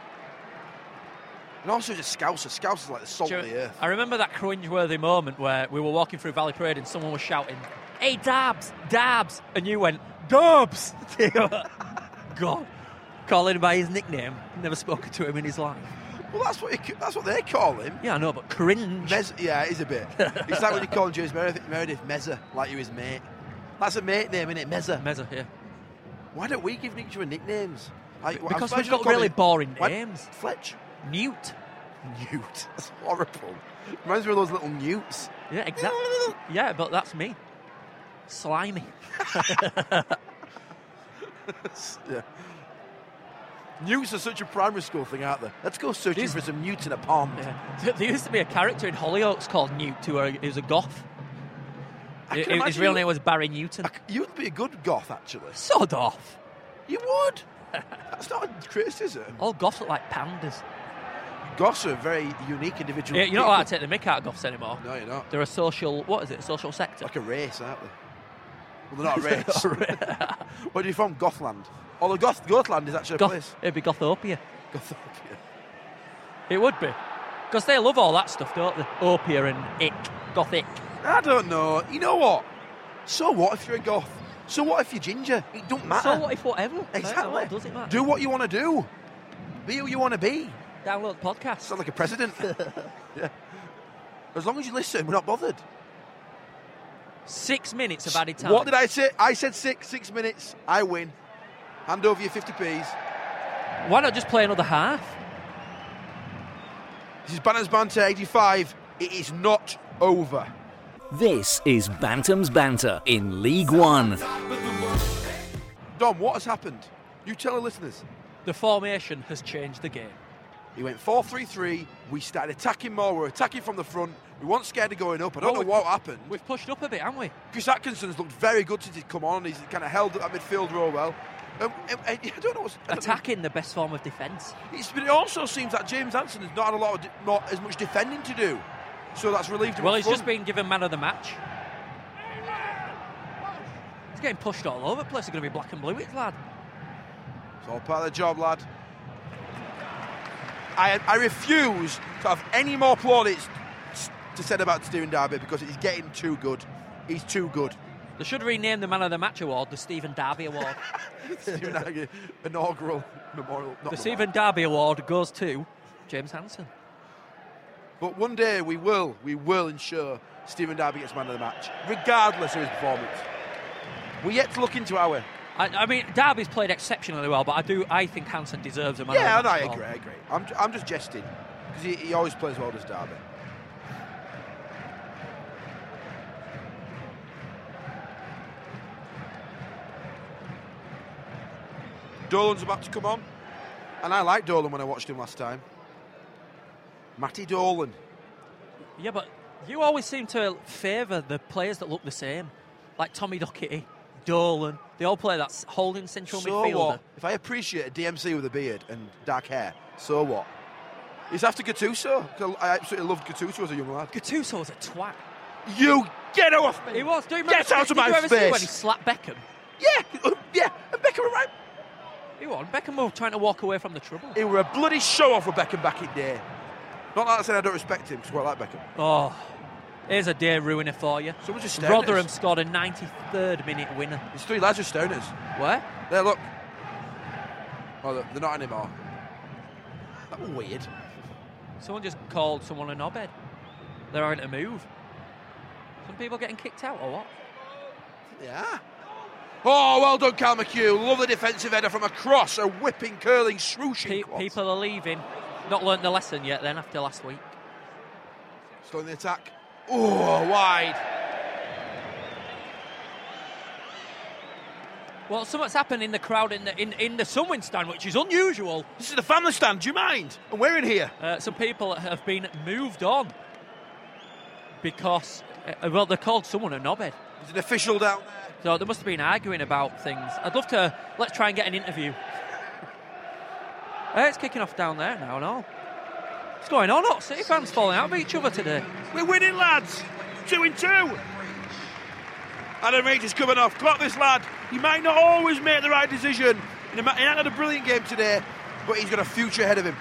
Speaker 2: And also, he's a scouser. Scouser's like the salt
Speaker 3: Do you-
Speaker 2: of the earth.
Speaker 3: I remember that cringe-worthy moment where we were walking through Valley Parade and someone was shouting, "Hey, Dabs, Dabs!" and you went, "Dubs." God, calling him by his nickname. Never spoken to him in his life.
Speaker 2: Well, that's what he, c- that's what they call him.
Speaker 3: Yeah, I know, but cringe.
Speaker 2: Mez, yeah, it is a bit. it's like when you call James Meredith, Meredith Mezza, like you his mate. That's a mate name, isn't it? Mezza.
Speaker 3: Mezza, yeah.
Speaker 2: Why don't we give each other nicknames? Like, well, I'm
Speaker 3: Because
Speaker 2: surprised
Speaker 3: we've
Speaker 2: you don't
Speaker 3: got
Speaker 2: call
Speaker 3: really
Speaker 2: me-
Speaker 3: boring
Speaker 2: Why-
Speaker 3: names.
Speaker 2: Fletch.
Speaker 3: Newt.
Speaker 2: Newt. That's horrible. Reminds me of those little newts.
Speaker 3: Yeah, exactly. Yeah, but that's me. Slimy.
Speaker 2: yeah. Newts are such a primary school thing, aren't they? Let's go searching
Speaker 3: These-
Speaker 2: for some newts in a pond.
Speaker 3: Yeah. There- There used to be a character in Hollyoaks called Newt who was a goth.
Speaker 2: I
Speaker 3: His
Speaker 2: can
Speaker 3: his
Speaker 2: imagine
Speaker 3: real
Speaker 2: you-
Speaker 3: name was Barry Newton.
Speaker 2: I c- You'd be a good goth, actually.
Speaker 3: Sod off.
Speaker 2: You would. That's not a criticism.
Speaker 3: All goths look like pandas.
Speaker 2: Goths are a very unique individual.
Speaker 3: Yeah, you're not allowed to take the mick out of goths anymore.
Speaker 2: No, you're not.
Speaker 3: They're a social, what is it, a social sector?
Speaker 2: Like a race, aren't they? Well, they're not a race. Where are you from? Gothland. Oh, the Goth Gothland is actually a
Speaker 3: Goth,
Speaker 2: place.
Speaker 3: it'd be Gothopia.
Speaker 2: Gothopia.
Speaker 3: It would be. Because they love all that stuff, don't they? Opia and ick. Gothic.
Speaker 2: I don't know. You know what? So what if you're a goth? So what if you're ginger? It don't matter.
Speaker 3: So what if whatever?
Speaker 2: Exactly.
Speaker 3: What does it matter?
Speaker 2: Do what you want to do. Be who you want to be.
Speaker 3: Download the podcast.
Speaker 2: Sound like a president. yeah. As long as you listen, we're not bothered.
Speaker 3: Six minutes of added time.
Speaker 2: What did I say? I said six, six minutes. I win. Hand over your 50p's.
Speaker 3: Why not just play another half?
Speaker 2: This is Banners Banter 85. It is not over.
Speaker 1: This is Bantam's Banter in League One.
Speaker 2: Dom, what has happened? You tell the listeners.
Speaker 3: The formation has changed the game.
Speaker 2: He went 4 3 3. We started attacking more. We're attacking from the front. We weren't scared of going up. I don't
Speaker 3: Well,
Speaker 2: know
Speaker 3: we-
Speaker 2: what happened.
Speaker 3: We've pushed up a bit, haven't we?
Speaker 2: Chris Atkinson's looked very good since he's come on. He's kind of held up that midfield role well. Um, um, I I don't know what's. I don't
Speaker 3: Attacking the best form of defence.
Speaker 2: know. It's, but it also seems that James Anson has not had a lot of, de- not as much defending to do. So that's relieved him.
Speaker 3: Well,
Speaker 2: up
Speaker 3: he's just
Speaker 2: front.
Speaker 3: been given man of the match. He's getting pushed all over the place. It's going to be black and blue, it's lad.
Speaker 2: It's all part of the job, lad. I, I refuse to have any more plaudits to said about Steven Derby because he's getting too good. He's too good.
Speaker 3: They should rename the man of the match award the Stephen Darby Award.
Speaker 2: Stephen Aggie, inaugural memorial. Not
Speaker 3: the
Speaker 2: memorial.
Speaker 3: Stephen Darby Award goes to James Hansen.
Speaker 2: But one day we will, we will ensure Stephen Darby gets man of the match, regardless of his performance. We're yet to look into our.
Speaker 3: I, I mean, Derby's played exceptionally well, but I do. I think Hansen deserves a man. of the
Speaker 2: Yeah, no, I
Speaker 3: match call.
Speaker 2: agree, I agree. I'm, ju- I'm just jesting, because he, he always plays well, does Darby. Dolan's about to come on, and I liked Dolan when I watched him last time. Matty Dolan.
Speaker 3: Yeah, but you always seem to favour the players that look the same, like Tommy Doherty, Dolan. They all play that s- holding central midfielder.
Speaker 2: what? If I appreciate a DMC with a beard and dark hair, so what? It's after Gattuso. 'cause I absolutely loved Gattuso as a young lad.
Speaker 3: Gattuso was a twat.
Speaker 2: You get off me!
Speaker 3: He was. Do you remember?
Speaker 2: Get out
Speaker 3: did
Speaker 2: of my
Speaker 3: you ever see when he
Speaker 2: face!
Speaker 3: slapped Beckham?
Speaker 2: Yeah, uh, yeah. And Beckham were right.
Speaker 3: He won. Beckham was trying to walk away from the trouble.
Speaker 2: It were a bloody show off for Beckham back in there. Not like I said I don't respect him because I like Beckham.
Speaker 3: Oh, here's a day ruiner for you.
Speaker 2: Someone just stared
Speaker 3: Rotherham
Speaker 2: at us.
Speaker 3: scored a 93rd minute winner.
Speaker 2: These three lads are stoners.
Speaker 3: Where?
Speaker 2: There, look. Oh, look, they're not anymore. That was weird.
Speaker 3: Someone just called someone a knobhead. They're having to move. Some people getting kicked out or what?
Speaker 2: Yeah. Oh, well done, Cal McHugh. Lovely defensive header from across. A whipping, curling, swooshing.
Speaker 3: Pe-
Speaker 2: cross.
Speaker 3: people are leaving. Not learnt the lesson yet then after last week.
Speaker 2: Slowing the attack. Oh, wide.
Speaker 3: Well, something's happened in the crowd in the in, in the Sunwin stand, which is unusual.
Speaker 2: This is the family stand. Do you mind? And we're in here.
Speaker 3: Uh, some people have been moved on because, uh, well, they called someone a knobhead.
Speaker 2: There's an official down there.
Speaker 3: So they must have been arguing about things. I'd love to. Let's try and get an interview. Uh, it's kicking off down there now and all. What's going on? Not City fans falling out of each other today.
Speaker 2: We're winning, lads. Two in two. Adam Reed is coming off. Clock this lad. He might not always make the right decision. And He might- he ain't had a brilliant game today, but he's got a future ahead of him.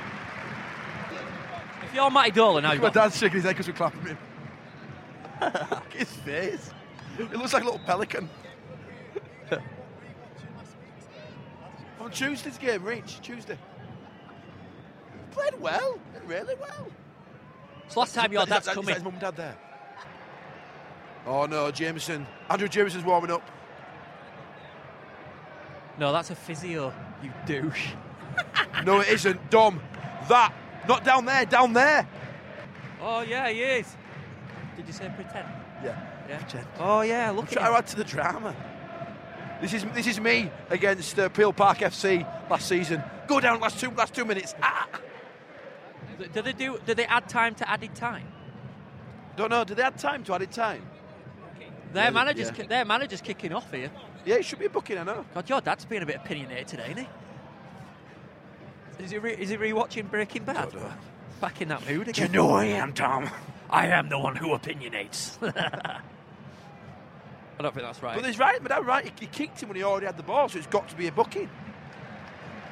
Speaker 3: If you're Matty Dolan, now you've
Speaker 2: My
Speaker 3: got
Speaker 2: dad's shaking his head because we're clapping him. Look at his face. It looks like a little pelican. On Tuesday's game, Reach. Tuesday. Played well. Really well.
Speaker 3: It's last time your
Speaker 2: Is that- is
Speaker 3: dad's
Speaker 2: that- is that
Speaker 3: coming.
Speaker 2: his mum and dad there. Oh no, Jameson. Andrew Jameson's warming up.
Speaker 3: No, that's a physio, you douche.
Speaker 2: No, it isn't. Dom, that. Not down there, down there.
Speaker 3: Oh, yeah, he is. Did you say pretend?
Speaker 2: Yeah.
Speaker 3: Yeah.
Speaker 2: Pretend.
Speaker 3: Oh, yeah, look
Speaker 2: Try
Speaker 3: at
Speaker 2: to
Speaker 3: him.
Speaker 2: add to the drama. This is this is me against uh, Peel Park FC last season. Go down last two last two minutes. Ah!
Speaker 3: Do they, do, do they add time to added time?
Speaker 2: Don't know. Did they add time to added time?
Speaker 3: Their,
Speaker 2: Yeah,
Speaker 3: manager's,
Speaker 2: yeah.
Speaker 3: ki- their manager's kicking off here.
Speaker 2: Yeah, it should be a booking. I know.
Speaker 3: God, your dad's being a bit opinionated today, isn't he? Is he, re- is he rewatching Breaking Bad?
Speaker 2: Don't know.
Speaker 3: Back in that mood
Speaker 2: Do you
Speaker 3: again.
Speaker 2: know who I am, Tom?
Speaker 3: I am the one who opinionates. I don't think that's right.
Speaker 2: But he's right, Madame right. He, he kicked him when he already had the ball, so it's got to be a booking.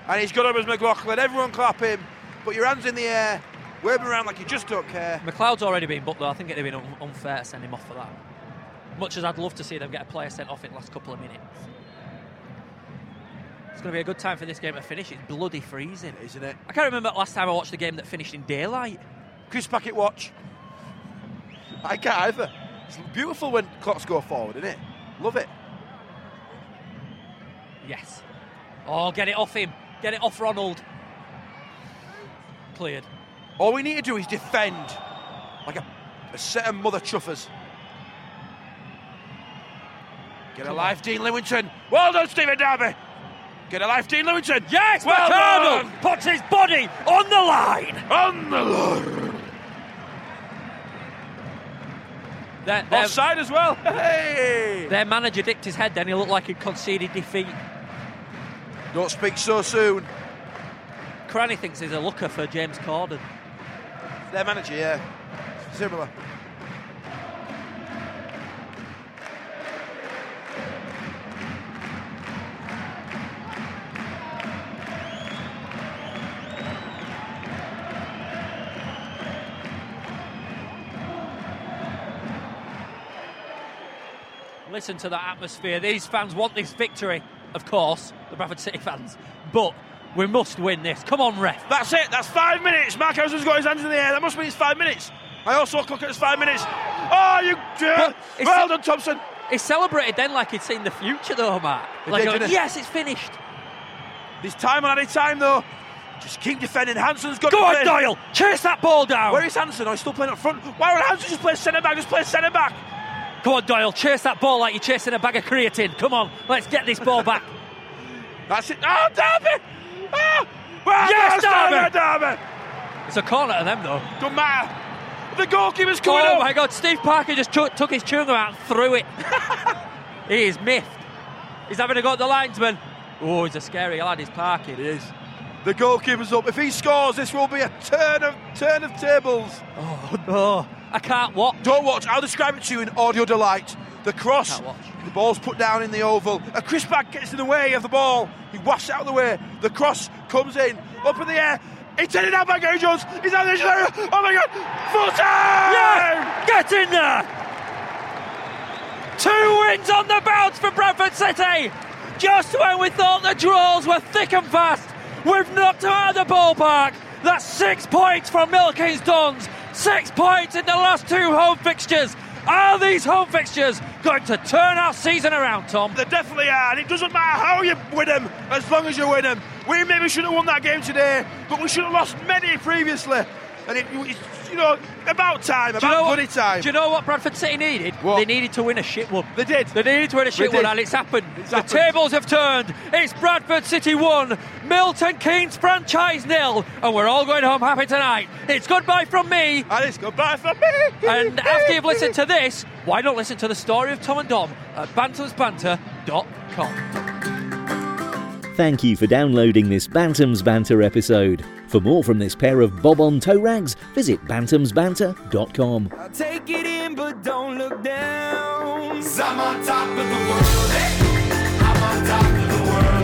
Speaker 2: And he's got up as McLaughlin. Everyone clap him. Put your hands in the air. Wave 'em around like you just don't care.
Speaker 3: McLeod's already been booked, though. I think it'd have been un- unfair to send him off for that. Much as I'd love to see them get a player sent off in the last couple of minutes. It's going to be a good time for this game to finish. It's bloody freezing.
Speaker 2: Isn't it?
Speaker 3: I can't remember the last time I watched a game that finished in daylight.
Speaker 2: Chris Packet watch. I can't either. It's beautiful when clocks go forward, isn't it? Love it.
Speaker 3: Yes. Oh, get it off him. Get it off Ronald. Cleared.
Speaker 2: All we need to do is defend like a, a set of mother chuffers. Get a life, Dean Lewington. Well done, Stephen Darby. Get a life, Dean Lewington.
Speaker 3: Yes,
Speaker 2: well
Speaker 3: McArdle
Speaker 2: done.
Speaker 3: puts his body on the line.
Speaker 2: On the line.
Speaker 3: Their, their,
Speaker 2: Offside as well. Hey.
Speaker 3: their manager dipped his head then. He looked like he conceded defeat.
Speaker 2: Don't speak so soon.
Speaker 3: Cranny thinks he's a looker for James Corden.
Speaker 2: Their manager, yeah. Similar.
Speaker 3: Listen to that atmosphere. These fans want this victory, of course, the Bradford City fans. But we must win this. Come on, ref.
Speaker 2: That's it. That's five minutes. Markhausen's got his hands in the air. That must mean it's five minutes. I also clock it as five minutes. Oh, you jerk!
Speaker 3: But it's-
Speaker 2: Well done, Thompson.
Speaker 3: He celebrated then like he'd seen the future, though, Mark.
Speaker 2: He
Speaker 3: Like,
Speaker 2: did,
Speaker 3: oh,
Speaker 2: didn't he?
Speaker 3: yes, it's finished.
Speaker 2: There's time on any time, though. Just keep defending. Hanson's got
Speaker 3: Go
Speaker 2: to
Speaker 3: on,
Speaker 2: play.
Speaker 3: Doyle. Chase that ball down.
Speaker 2: Where is Hanson? Oh, he's still playing up front. Why would Hanson just play centre back? Just play centre back.
Speaker 3: Come on, Doyle. Chase that ball like you're chasing a bag of creatine. Come on. Let's get this ball back.
Speaker 2: That's it. Oh, Derby! Ah! Well,
Speaker 3: Yes,
Speaker 2: that's Derby!
Speaker 3: it's a corner to them, though.
Speaker 2: Don't matter. The goalkeeper's coming
Speaker 3: Oh,
Speaker 2: up.
Speaker 3: my God. Steve Parker just took, took his chewing gum out and threw it. he is miffed. He's having a go at the linesman. Oh, he's a scary lad. He's Parker.
Speaker 2: It is. The goalkeeper's up. If he scores, this will be a turn of turn of tables.
Speaker 3: Oh, no. I can't watch.
Speaker 2: Don't watch. I'll describe it to you in audio delight. The cross.
Speaker 3: Can't watch.
Speaker 2: The ball's put down in the oval. A crisp bag gets in the way of the ball. He wafts it out of the way. The cross comes in. Up in the air. It's headed out by Gary Jones. He's out of the area. Oh my God! Full time!
Speaker 3: Yeah! Get in there! Two wins on the bounce for Bradford City! Just when we thought the draws were thick and fast, we've knocked them out of the ballpark. That's six points from Milkins Dons, six points in the last two home fixtures. Are these home fixtures going to turn our season around, Tom?
Speaker 2: They definitely are, and it doesn't matter how you win them, as long as you win them. We maybe should have won that game today, but we should have lost many previously. And it, it's, you know, about time, about
Speaker 3: Do you know
Speaker 2: bloody
Speaker 3: what,
Speaker 2: time.
Speaker 3: Do you know what Bradford City needed?
Speaker 2: What?
Speaker 3: They needed to win a shit one.
Speaker 2: They did.
Speaker 3: They needed to win a shit one,
Speaker 2: did.
Speaker 3: and it's happened. the
Speaker 2: happened.
Speaker 3: tables have turned. It's Bradford City 1, Milton Keynes franchise nil, and we're all going home happy tonight. It's goodbye from me.
Speaker 2: and it's goodbye for me.
Speaker 3: And after you've listened to this, why not listen to the story of Tom and Dom at bantamsbanter.com?
Speaker 1: Thank you for downloading this Bantams Banter episode. For more from this pair of bob on toe rags, visit bantamsbanter.com.
Speaker 8: Take it in, but don't look down.
Speaker 9: Cause I'm on top of the world. Hey, I'm on top of the world.